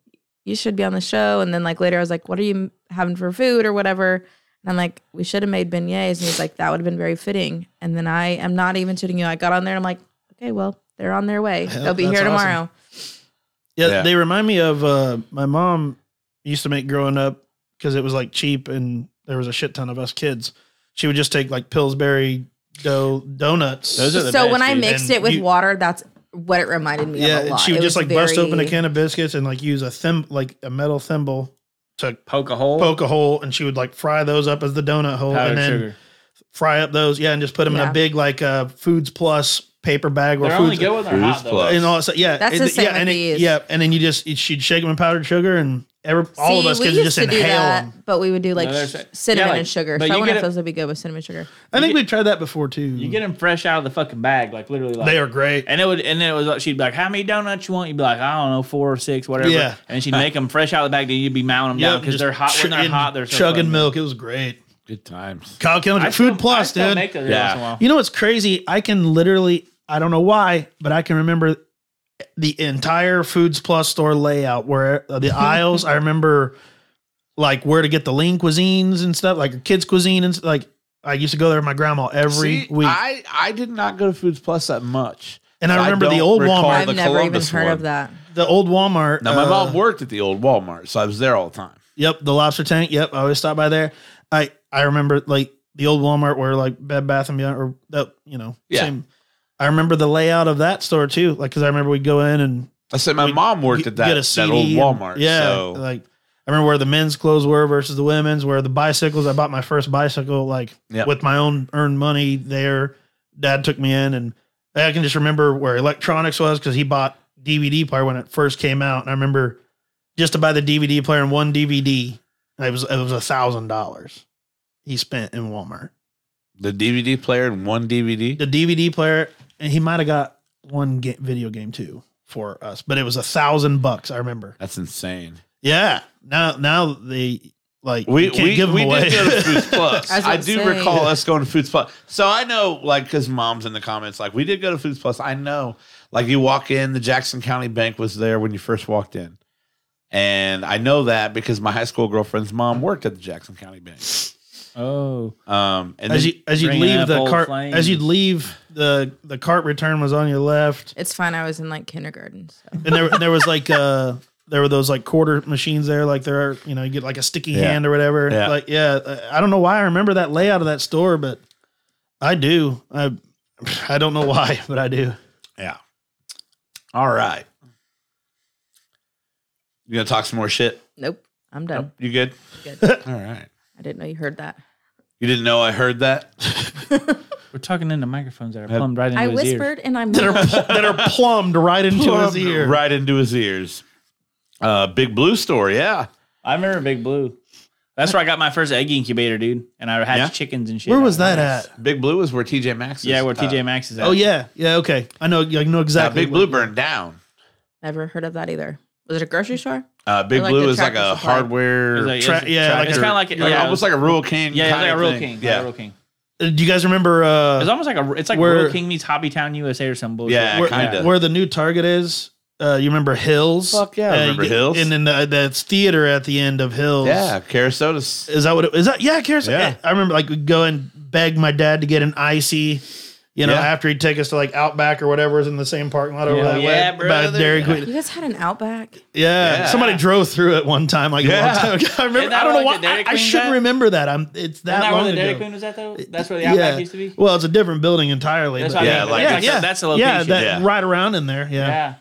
S3: "You should be on the show." And then like later, I was like, "What are you having for food or whatever?" And I'm like, "We should have made beignets." And he's like, "That would have been very fitting." And then I am not even shooting you. I got on there and I'm like, "Okay, well, they're on their way.
S4: Hell,
S3: They'll be
S4: that's
S3: here
S4: awesome.
S3: tomorrow."
S4: Yeah,
S1: Yeah.
S4: they remind me of uh, my mom used to make growing up because it was like cheap and there was a shit ton of us kids. She would just take like Pillsbury dough donuts.
S2: Those are the
S3: So
S2: best,
S3: when I
S2: dude.
S3: mixed
S4: And
S3: it with
S4: you-
S3: water, that's what it reminded me
S4: yeah,
S3: of a
S4: and
S3: lot.
S4: she would
S3: It
S4: just
S3: was
S4: like bust open a
S3: very-
S4: can of biscuits and like use a thim like a metal thimble to
S2: Poke a hole.
S4: poke a hole, and she would like fry those up as the donut hole,
S2: powdered
S4: and then
S2: sugar.
S4: fry up those. Yeah, and just put them in
S3: Yeah.
S4: a big like uh, Foods Plus paper bag or
S2: They're only
S4: Foods
S2: good when they're
S1: Foods
S2: hot though.
S1: Plus.
S4: and all that stuff. Yeah,
S3: That's
S4: it-
S3: the same
S4: yeah,
S3: with
S4: and it-
S3: these.
S4: yeah, and then you just you- she'd shake them in powdered sugar, and every, all of
S3: See,
S4: us
S3: we used
S4: kids would just
S3: to do
S4: inhale
S3: that,
S4: them.
S3: but we would do like
S2: No, there's-
S3: sh- cinnamon
S2: yeah, like-
S3: and sugar.
S2: but
S3: So I
S2: you
S3: wonder
S2: get
S3: if
S2: it-
S3: those would be good with cinnamon sugar.
S4: I think
S2: get-
S4: we tried that before too.
S2: You get them fresh out of the fucking bag, like literally. Like,
S4: they are great.
S2: And it would, and then it was like she'd be like, "How many donuts you want?" You'd be like, "I don't know, four or six, whatever."
S4: Yeah.
S2: And she'd make them fresh out of the bag. Then you'd be mounting them
S4: Yep,
S2: down because
S4: just
S2: uh, they're hot. When they're
S4: chugging-
S2: hot, they're so
S4: chugging
S2: fucking-
S4: milk. It was great.
S1: Good times.
S4: Kyle Killen,
S2: I
S4: Food
S2: still-
S4: Plus,
S2: I still
S4: dude.
S2: Make those
S1: Yeah.
S2: yeah. Once in a while.
S4: You know what's crazy? I can literally, I don't know why, but I can remember the entire Foods Plus store layout where uh, the aisles. I remember like where to get the lean cuisines and stuff, like kids cuisine and s- like. I used to go there with my grandma every
S1: See,
S4: week,
S1: I, I did not go to Foods Plus that much.
S4: and
S1: I
S4: I remember the
S1: don't
S4: old
S1: recall
S4: Walmart.
S1: Oh,
S3: I've
S1: the
S3: never
S1: Columbus
S3: even heard
S1: one.
S3: of that.
S4: The old Walmart.
S1: Now, my
S4: uh,
S1: mom worked at the old Walmart, so I was there all the time.
S4: Yep, the lobster tank. Yep, I always stop by there. I I remember like the old Walmart where like Bed Bath and Beyond or that you know
S1: Yeah.
S4: same. I remember the layout of that store too, like because I remember we'd go in and
S1: I said my
S4: We-
S1: mom worked
S4: get-
S1: at that,
S4: get a
S1: that
S4: CD
S1: old
S4: and-
S1: Walmart.
S4: yeah,
S1: so
S4: like I remember where the men's clothes were versus the women's. Where the bicycles, I bought my first bicycle like
S1: Yep.
S4: with my own earned money. There, Dad took me in, and I can just remember where electronics was because he bought DVD player when it first came out, and I remember just to buy the DVD player and one DVD, and it was it was a thousand dollars he spent in Walmart.
S1: the DVD player and one DVD.
S4: The DVD player, and he might have got one ga- video game too for us, but it was a thousand bucks. I remember.
S1: That's insane.
S4: Yeah. Now, now they like
S1: We
S4: you can't
S1: we,
S4: give them
S1: we
S4: away.
S1: did go to Foods Plus.
S3: I was
S1: I,
S3: gonna
S1: do
S3: say.
S1: recall us going to Foods Plus. So I know, like, because mom's in the comments, like, we did go to Foods Plus. I know, like, you walk in, the Jackson County Bank was there when you first walked in. And I know that because my high school girlfriend's mom worked at the Jackson County Bank.
S2: Oh,
S1: Um, and
S4: as
S1: then-
S4: you as you
S2: Bringing
S4: leave
S2: up
S4: the
S2: old
S4: cart,
S2: flames.
S4: as you'd leave the the cart return was on your left,
S3: It's fine. I was in like kindergarten. So.
S4: and there there was like uh there were those like quarter machines there, like there are you know you get like a sticky
S1: Yeah.
S4: hand or whatever.
S1: Yeah.
S4: Like yeah, I- I don't know why I remember that layout of that store, but I do. I I don't know why, but I do.
S1: yeah. All right. You gonna talk some more shit?
S3: Nope. I'm done.
S1: You good?
S3: Good.
S1: All right.
S3: I didn't know you heard that.
S1: You didn't know I heard that?
S2: we're talking into microphones that are
S1: Yeah.
S2: plumbed right into
S3: I
S2: his ears.
S3: whispered and I'm
S4: That are pl- that are plumbed right into his ear.
S1: Right into his ears. Uh, Big Blue Store, yeah.
S2: I remember Big Blue. That's where I got my first egg incubator, dude. And I hatched
S1: Yeah?
S2: chickens and shit.
S4: Where
S2: out
S4: was
S2: of
S4: that uh,
S2: those.
S4: at?
S1: Big Blue is where TJ Maxx is.
S2: Yeah, where TJ
S1: Uh,
S2: Maxx is at.
S4: Oh yeah, yeah. Okay, I know. I know
S1: now,
S4: exactly.
S1: Big Blue burned down.
S3: never heard of that either. Was it a grocery store?
S1: Uh, Big
S3: Or like
S1: Blue
S3: the
S1: is like
S3: Tractor
S1: a
S3: Supply.
S1: hardware,
S2: It was
S1: like,
S2: like-
S4: Tra- yeah, like
S2: it's
S4: a-
S2: kind of like yeah, it was-
S1: almost like a Rule King.
S2: yeah, it's
S1: kind
S2: like a
S1: of
S2: real
S1: thing.
S2: king, like
S1: Yeah,
S2: a real king.
S4: Uh, Do you guys remember uh,
S2: It's almost like a. It's like
S4: Where-
S2: Real King meets Hobby Town USA or some bullshit.
S1: Yeah,
S4: where,
S1: kinda.
S4: where the new Target is? Uh, you remember Hills?
S1: Fuck yeah, I
S4: Uh, you
S1: remember
S4: get-
S1: Hills.
S4: And then the, that's theater at the end of Hills.
S1: yeah. Carasotas.
S4: Is that what it is? That yeah, Carousel.
S1: Yeah.
S4: I remember like we'd go and beg my dad to get an icy. You know,
S1: Yeah.
S4: after he'd take us to like Outback or whatever is in the same parking lot over
S2: Yeah.
S4: that
S2: Yeah,
S4: way. About
S2: brother.
S4: Dairy Queen.
S3: You guys had an Outback?
S4: Yeah.
S1: Yeah.
S4: somebody drove through it one time. Like a
S1: Yeah.
S4: long time ago. I
S2: Isn't
S4: remember.
S2: that
S4: I don't know
S2: where, like,
S4: why.
S2: the Dairy
S4: I, I
S2: Queen's
S4: should
S2: at?
S4: remember that. I'm. It's that,
S2: Isn't that
S4: long
S2: where the
S4: ago.
S2: Dairy Queen was at though? That's where the Outback used to be.
S4: Well, it's a different building entirely.
S2: That's
S4: but-
S2: what
S1: Yeah,
S2: I mean.
S1: like-
S2: yeah,
S4: yeah, yeah,
S2: that's the location.
S4: yeah, that,
S1: Yeah.
S4: right around in there. Yeah.
S2: yeah.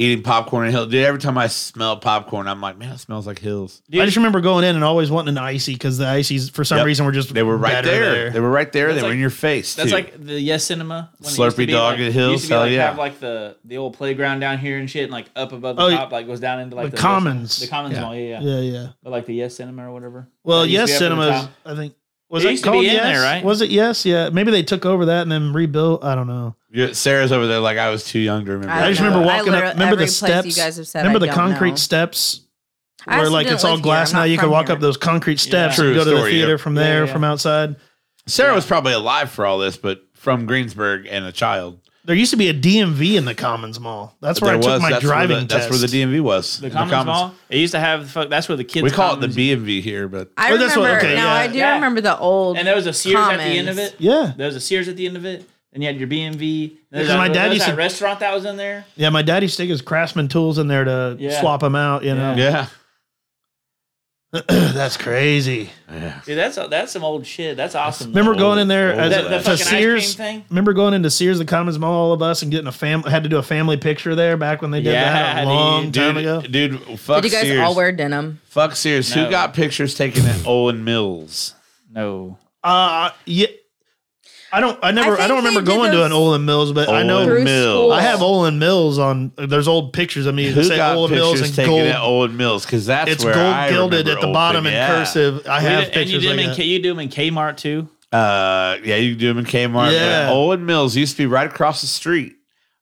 S1: Eating popcorn and hills. Dude, every time I smell popcorn, I'm like, man, it smells like hills.
S2: Dude,
S4: I just remember going in and always wanting an icy because the icies for some
S1: Yep.
S4: reason were just
S1: They were right
S4: better
S1: there. They were right there.
S2: That's
S1: they were
S2: like-
S1: in your face.
S2: That's
S1: too.
S2: like the Yes Cinema. it
S1: Slurpee
S2: used to be,
S1: Dog
S2: like,
S1: at
S2: it
S1: Hills,
S2: Used to be,
S1: hell
S2: like,
S1: yeah.
S2: have like the, the old playground down here and shit, and like up above the
S4: Oh,
S2: top, like goes down into like
S4: the commons.
S2: The commons mall, yeah, yeah.
S4: Yeah, yeah.
S2: But like the Yes Cinema or whatever.
S4: Well,
S2: That used to be
S4: yes,
S2: up at the
S4: cinemas.
S2: top.
S4: I think was
S2: It
S4: it,
S2: used to be
S4: called
S2: in
S4: yes?
S2: there, right?
S4: Was it yes? Yeah, maybe they took over that and then rebuilt. I don't know.
S1: You're- Sarah's over there, like I was too young to remember. Uh,
S3: I
S4: I,
S1: that.
S4: just remember
S3: I
S4: walking
S3: literally-
S4: up. Remember
S3: every
S4: the
S3: place you
S4: steps.
S3: guys have said,
S4: remember
S3: I
S4: the
S3: don't
S4: concrete
S3: know.
S4: steps
S3: I
S4: where
S3: actually
S4: like
S3: didn't
S4: it's all
S3: live here.
S4: glass
S3: I'm not
S4: now. You can
S3: from
S4: walk
S3: here.
S4: up those concrete steps
S1: True
S4: and go to the
S1: story, yeah.
S4: theater from there,
S2: Yeah, yeah.
S4: from outside.
S1: Sarah was probably alive for all this, but from Greensburg and a child.
S4: There used to be a DMV in the Commons Mall. That's where I
S1: There
S4: took
S1: was-
S4: my
S1: that's
S4: driving
S1: where the,
S4: test.
S1: That's where the DMV was.
S2: The commons, mall. It used to have the fuck. That's where the kids.
S1: We call it the
S2: commons-
S1: BMV here, but
S3: I
S4: Oh,
S3: remember
S4: that's what- okay,
S3: now.
S4: yeah.
S3: I do
S2: Yeah.
S3: remember the old.
S2: And there was a Sears at the end of
S3: Commons.
S2: it.
S4: yeah,
S2: There was a Sears at the end of it, and you had your BMV. There's
S4: Because
S2: that,
S4: my
S2: there
S4: dad
S2: was
S4: used
S2: that
S4: to-
S2: restaurant that was in there.
S4: yeah. My dad used to take his Craftsman tools in there to
S2: Yeah.
S4: swap them out. You know,
S1: yeah.
S4: that's crazy.
S1: Yeah.
S2: Dude, that's that's some old shit. That's awesome. though.
S4: Remember going in there
S1: old
S4: as
S1: that-
S4: a,
S1: the
S4: to
S2: fucking ice cream
S4: Sears?
S2: thing?
S4: Remember going into Sears, the Commons Mall, all of us, and getting a family had to do a family picture there back when they did that
S2: Yeah,
S4: a long
S1: Dude,
S4: time ago.
S1: dude, fuck
S3: Did you guys
S1: Sears.
S3: all wear denim?
S1: fuck Sears.
S2: No.
S1: Who got pictures taken at Owen Mills?
S2: No.
S4: Uh, yeah, I don't. I never. I,
S3: think
S4: don't remember
S3: they did
S4: going to an
S3: those
S4: Olin Mills, but I know
S1: Owen
S3: Through
S1: Mills.
S3: school.
S4: I have Olin Mills on. There's old pictures of me that
S1: Who
S4: say
S1: got
S4: Olin
S1: pictures
S4: Mills and
S1: taken
S4: gold.
S1: at Owen Mills? Because that's
S4: it's
S1: where
S4: gold
S1: I
S4: gilded
S1: remember
S4: at the
S1: Old
S4: bottom
S1: Pig.
S4: in
S1: Yeah.
S4: cursive. I
S2: We
S4: have
S2: did- and you
S4: pictures
S2: did
S4: like
S2: them in
S4: that.
S2: K, you do them in Kmart too.
S1: Uh, yeah, you can do them in Kmart.
S4: Yeah.
S1: But Owen Mills used to be right across the street,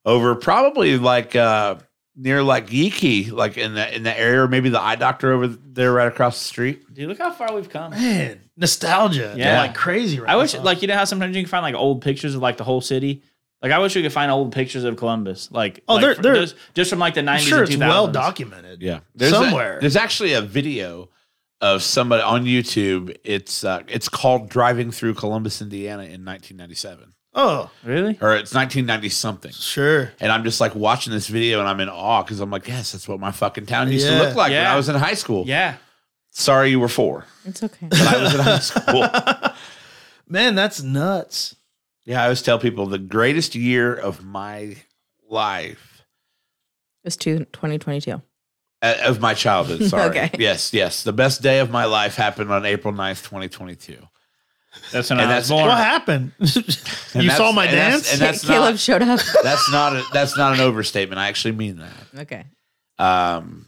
S1: over probably like uh near like Yiki, like in the in the area, or maybe the eye doctor over there, right across the street.
S2: Dude, look how far we've come.
S4: Man, nostalgia. Yeah,
S2: Yeah.
S4: like crazy. Right
S2: I wish,
S4: now.
S2: like, you know how sometimes you can find like old pictures of like the whole city. Like, I wish we could find old pictures of Columbus. Like,
S4: Oh,
S2: like,
S4: they're-
S2: fr-
S4: they're-
S2: just, just from like the
S4: I'm
S2: nineties.
S4: sure
S2: and
S4: it's well
S2: 2000s.
S4: documented.
S1: Yeah, a-
S4: Somewhere.
S1: there's actually a video of somebody on YouTube. It's uh, it's called "Driving Through Columbus, Indiana" in 1997,
S4: Oh,
S2: Really?
S1: or it's 1990 something.
S4: sure.
S1: And I'm just like watching this video, and I'm in awe because I'm like, yes, that's what my fucking town used
S4: Yeah.
S1: to look like when
S2: Yeah.
S1: I was in high school.
S2: Yeah.
S1: Sorry, you were four,
S3: It's okay.
S1: but I was in high school.
S4: Man, that's nuts.
S1: Yeah, I always tell people the greatest year of my life,
S3: It's two, 2022.
S1: uh, of my childhood. Sorry.
S3: Okay.
S1: Yes, yes. The best day of my life happened on April 9th, 2022.
S2: That's when
S1: And
S2: I
S1: that's-
S2: was born.
S4: What happened? you
S1: that's-
S4: saw my
S1: and
S4: dance?
S1: that's- and that's
S3: Caleb
S1: not-
S3: showed up.
S1: That's not a, that's not an overstatement. I actually mean that.
S3: Okay.
S1: Um,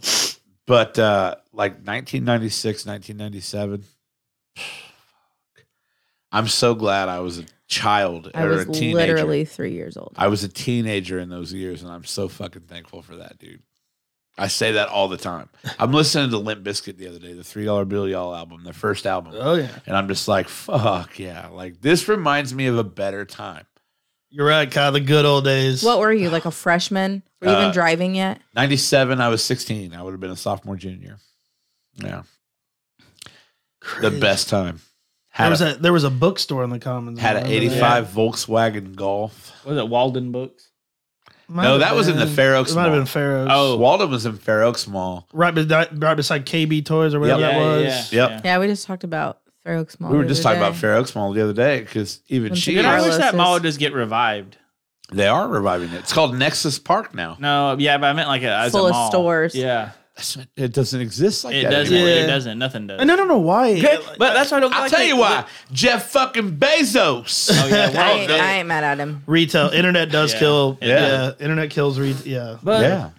S1: but uh, like 1996, 1997. I'm so glad I was a child
S3: I
S1: or
S3: was
S1: a teenager.
S3: literally three years old.
S1: I was a teenager in those years, and I'm so fucking thankful for that, dude. I say that all the time. I'm listening to Limp Bizkit the other day, the three dollar bill y'all album, their first album,
S4: oh yeah,
S1: and I'm just like, fuck yeah, like this reminds me of a better time.
S4: you're right, Kyle. The good old days.
S3: What were you, like a freshman? Were you
S1: Uh,
S3: even driving yet?
S1: Ninety seven, I was sixteen. I would have been a sophomore, junior. Yeah, the
S4: Crazy.
S1: best time.
S4: There
S1: Had
S4: was
S1: a,
S4: a there was a bookstore in the Commons.
S1: had
S4: I
S1: an
S4: remember
S1: eighty
S4: that.
S1: five Volkswagen Golf.
S2: was it Walden Books?
S4: Might
S1: No,
S4: have
S1: that was in the
S4: been-
S1: Fair Oaks
S4: It might have
S1: Mall.
S4: been Fair Oaks.
S2: Oh.
S1: Walden was in Fair Oaks Mall.
S4: right beside right beside KB Toys or whatever
S1: Yep.
S4: that was.
S1: Yep.
S3: Yeah, we just talked about Fair Oaks Mall.
S1: We were
S4: Oh,
S3: the
S1: just
S3: other
S1: talking about
S3: day.
S1: Fair Oaks Mall the other day because even
S3: Once
S1: she
S2: Dude, I wish
S3: Carlos's.
S2: that mall would just get revived.
S1: They are reviving it. It's called Nexus Park now.
S2: No, yeah, but I meant like a, as
S3: Full
S2: a
S3: of
S2: mall.
S3: stores.
S2: Yeah,
S1: That's not- It doesn't exist like
S2: it
S1: that
S2: doesn't.
S1: anymore.
S4: Yeah.
S2: It doesn't. Nothing does.
S4: And I don't know why.
S2: but that's why I don't.
S1: I'll
S2: like
S1: tell
S2: the-
S1: you why. Jeff fucking Bezos.
S2: Oh yeah,
S3: I,
S2: well,
S3: ain't, I ain't mad at him.
S4: retail internet does
S2: Yeah.
S4: kill.
S1: Yeah.
S4: Yeah. internet kills. Re- yeah,
S2: but
S1: yeah.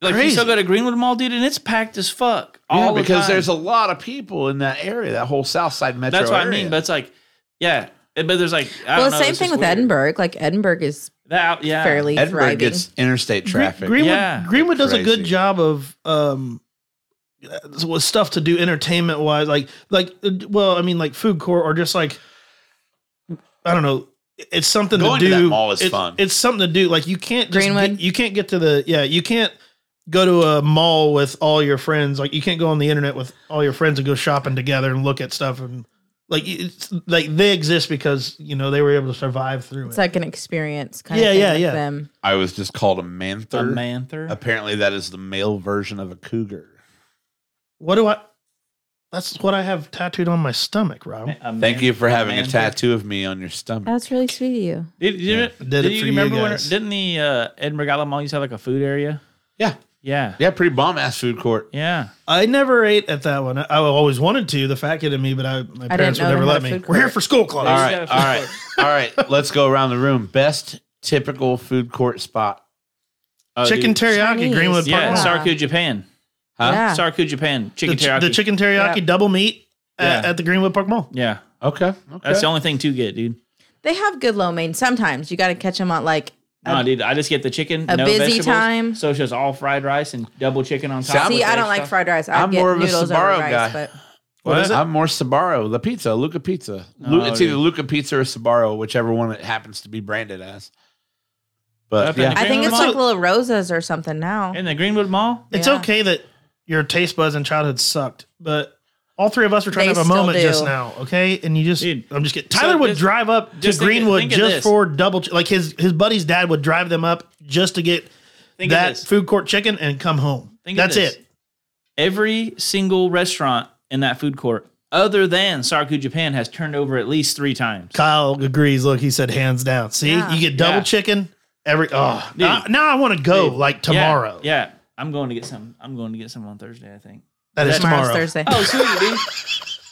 S2: like
S4: Crazy.
S2: you still go to Greenwood Mall, dude, and it's packed as fuck.
S1: yeah,
S2: All
S1: because
S2: the time.
S1: there's a lot of people in that area, that whole South Side metro.
S2: That's what I
S1: area.
S2: mean. But it's like, yeah, it- but there's like, I
S3: Well,
S2: don't know,
S3: same
S2: it's
S3: thing
S2: just
S3: with
S2: weird.
S3: Edinburgh. Like Edinburgh is
S2: That yeah,
S3: fairly
S1: Edinburgh
S3: thriving.
S1: gets interstate traffic.
S4: Greenwood
S2: Yeah.
S4: Greenwood does a
S1: Crazy.
S4: good job of um uh, with stuff to do entertainment wise, like like uh, well, I mean like food court or just like I don't know. It's something
S1: Going
S4: to
S1: to
S4: do.
S1: that mall is
S4: It-
S1: fun.
S4: It's something to do. Like you can't just
S3: Greenwood?
S4: get- you can't get to the yeah. You can't go to a mall with all your friends. Like you can't go on the internet with all your friends and go shopping together and look at stuff and Like it's, like they exist because you know they were able to survive through
S3: It's
S4: it.
S3: like an experience kind
S4: Yeah,
S3: of thing
S4: yeah,
S3: with
S4: yeah.
S3: them.
S1: I was just called a
S2: A
S1: manther.
S2: manther.
S1: Apparently, that is the male version of a cougar.
S4: what do I? That's what I have tattooed on my stomach, Rob.
S2: Ma- a
S1: Thank
S2: man-
S1: you for having a
S2: manther.
S1: tattoo of me on your stomach.
S3: That's really sweet of you.
S2: Did, did,
S1: Yeah.
S2: you,
S4: Did
S2: did
S4: it
S2: you
S4: for you
S2: remember when?
S4: guys.
S2: Didn't the uh, Edinburgh Island Mall used to have like a food area?
S1: yeah,
S2: Yeah.
S1: yeah, pretty bomb ass food court.
S2: Yeah.
S4: I never ate at that one. I, I always wanted to. The fat kid in me, but I my
S3: I
S4: parents
S3: didn't know
S4: would never
S3: they had
S4: let
S3: a
S4: me.
S3: food
S4: We're here
S3: court.
S4: for school clothes.
S1: All
S2: just got
S1: right,
S2: a
S1: all
S2: food
S1: right, all right. Let's go around the room. Best typical food court spot. Uh,
S2: Oh,
S4: chicken
S2: dude.
S4: teriyaki,
S3: Chinese.
S4: Greenwood Park.
S2: Yeah.
S3: Yeah.
S2: Sarku Japan.
S1: Huh?
S3: Yeah.
S2: Sarku Japan.
S4: the,
S2: Chicken
S4: ch-
S2: teriyaki.
S4: the chicken teriyaki
S2: Yeah.
S4: double meat at,
S2: Yeah.
S4: at the Greenwood Park Mall.
S2: Yeah.
S1: Okay, okay.
S2: That's the only thing to get, dude.
S3: They have good lo mein. Sometimes you got to catch them on like
S2: No, dude. I just get the chicken.
S3: a
S2: no
S3: busy
S2: vegetables.
S3: time.
S2: So it's just all fried rice and double chicken on top.
S1: I'm
S3: See,
S2: with
S3: I don't
S2: extra-
S3: like fried rice. I
S1: I'm
S3: get
S1: more of a
S3: noodles over
S1: Sbarro
S3: rice,
S1: guy.
S3: but
S4: What is it?
S1: I'm more Sabaro, the pizza, Luca Pizza. Lu-
S2: Oh,
S1: it's
S2: dude.
S1: either Luca Pizza or Sabaro, whichever one it happens to be branded as. But
S2: Okay.
S1: yeah,
S3: I think
S2: Greenwood
S3: it's like
S4: Mall?
S3: Little Rosas or something now.
S2: In the Greenwood Mall?
S4: It's
S3: Yeah.
S4: okay that your taste buds in childhood sucked, but all three of us were trying
S3: They
S4: to have a
S3: still
S4: moment
S3: do.
S4: just now, okay? And you just,
S2: Dude,
S4: I'm just kidding.
S2: so
S4: Tyler would
S2: just-
S4: drive up to
S2: just think-
S4: Greenwood
S2: think of
S4: just
S2: this.
S4: for double, ch- like his his buddy's dad would drive them up just to get
S2: Think of
S4: that
S2: this.
S4: food court chicken and come home.
S2: Think of
S4: That's
S2: this.
S4: it.
S2: Every single restaurant in that food court, other than Sarku Japan, has turned over at least three times.
S4: Kyle agrees. Look, he said hands down. See,
S3: Yeah.
S4: you get double
S2: Yeah.
S4: chicken every. Oh,
S2: Dude.
S4: now, now I want to go
S2: Dude.
S4: like
S2: Yeah,
S4: tomorrow.
S2: Yeah, I'm going to get some. I'm going to get some on Thursday. I think.
S4: that is
S3: Tomorrow's
S4: tomorrow.
S3: Thursday.
S2: Oh, sweet, dude.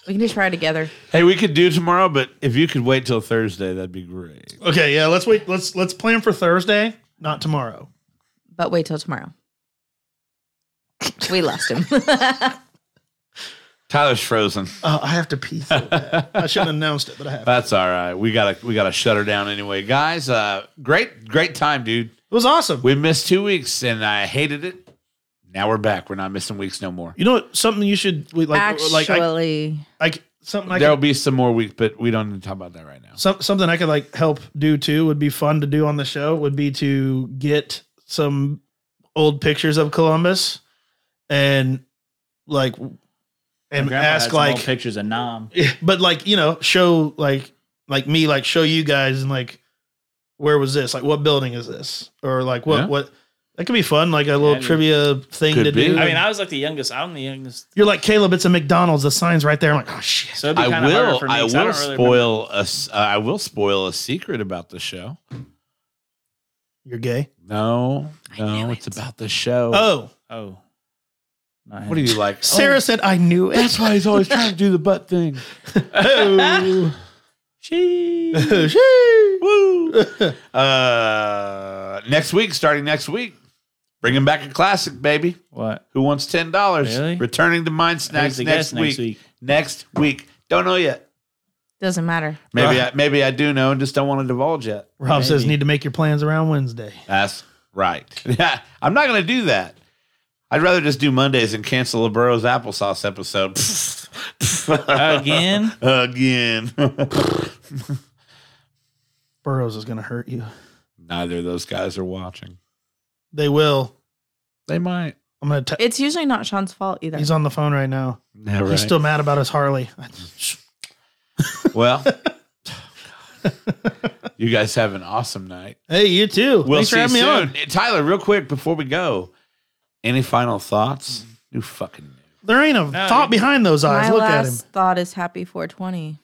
S3: We can just try together.
S1: hey, we could do tomorrow, but if you could wait till Thursday, that'd be great.
S4: Okay, yeah. Let's wait. Let's let's plan for Thursday, not tomorrow.
S3: but wait till tomorrow. We lost him.
S1: Tyler's frozen.
S4: Oh, I have to pee. So bad. I shouldn't have announced it, but I have. to.
S1: That's all right. We gotta we gotta shut her down anyway, guys. Uh, great great time, dude.
S4: It was awesome.
S1: We missed two weeks and I hated it. Now we're back. We're not missing weeks no more.
S4: You know what? Something you should we, like like I,
S3: Actually,
S4: I something I
S1: There'll
S4: could,
S1: be some more weeks, but we don't need to talk about that right now.
S4: some, something I could like help do too would be fun to do on the show would be to get some old pictures of Columbus and like
S2: My
S4: and
S2: grandpa had
S4: ask
S2: some old
S4: like
S2: pictures of Nam.
S4: but like you know show like like me like show you guys and like where was this like what building is this or like what
S1: Yeah.
S4: what that could be fun like a little
S2: I mean,
S4: trivia thing
S1: could
S4: to
S1: be.
S4: do
S2: I mean, I was like the youngest. I'm the youngest.
S4: you're like caleb it's a mcdonald's the sign's right there i'm like oh shit
S2: So it'd be
S1: I
S2: kind of harder
S1: will.
S2: for me.
S1: I
S2: 'cause
S1: will
S2: don't really remember-
S1: spoil a s uh, I will spoil a secret about the show.
S4: you're gay
S1: No,
S3: knew
S1: no,
S3: it.
S1: it's about the show.
S4: oh
S2: Oh. Not
S1: what are you like?
S4: Sarah said, "I knew
S1: Oh, that's
S4: it."
S1: why he's always trying to do the butt thing.
S4: Oh.
S2: She.
S4: Woo.
S1: Uh, next week, starting next week, bringing back a classic, baby.
S2: What?
S1: Who wants ten dollars?
S2: Really?
S1: Returning to Mind Snacks
S2: Who's the guest
S1: next week.
S2: next week?
S1: Next week. Don't know yet.
S3: doesn't matter.
S1: Maybe I
S4: Right.
S1: maybe I do know and just don't want to divulge yet.
S4: Rob says,
S2: Maybe.
S4: "Need to make your plans around Wednesday."
S1: That's right. Yeah, I'm not gonna do that. I'd rather just do Mondays and cancel LeBuro's applesauce episode.
S2: Again?
S1: Again.
S4: Burrows is going to hurt you.
S1: Neither of those guys are watching.
S4: They will.
S1: They might.
S4: I'm going to.
S3: It's usually not Sean's fault either.
S4: He's on the phone right now.
S1: Yeah,
S4: He's
S1: right.
S4: still mad about his Harley.
S1: well, you guys have an awesome night.
S4: Hey, you too.
S1: We'll
S4: Thanks for
S1: see
S4: having me
S1: soon.
S4: on.
S1: Tyler, real quick before we go, any final thoughts? You fucking.
S4: There ain't a
S2: No,
S4: thought
S2: you-
S4: behind those eyes.
S3: My
S4: Look at him.
S3: last thought is happy 420.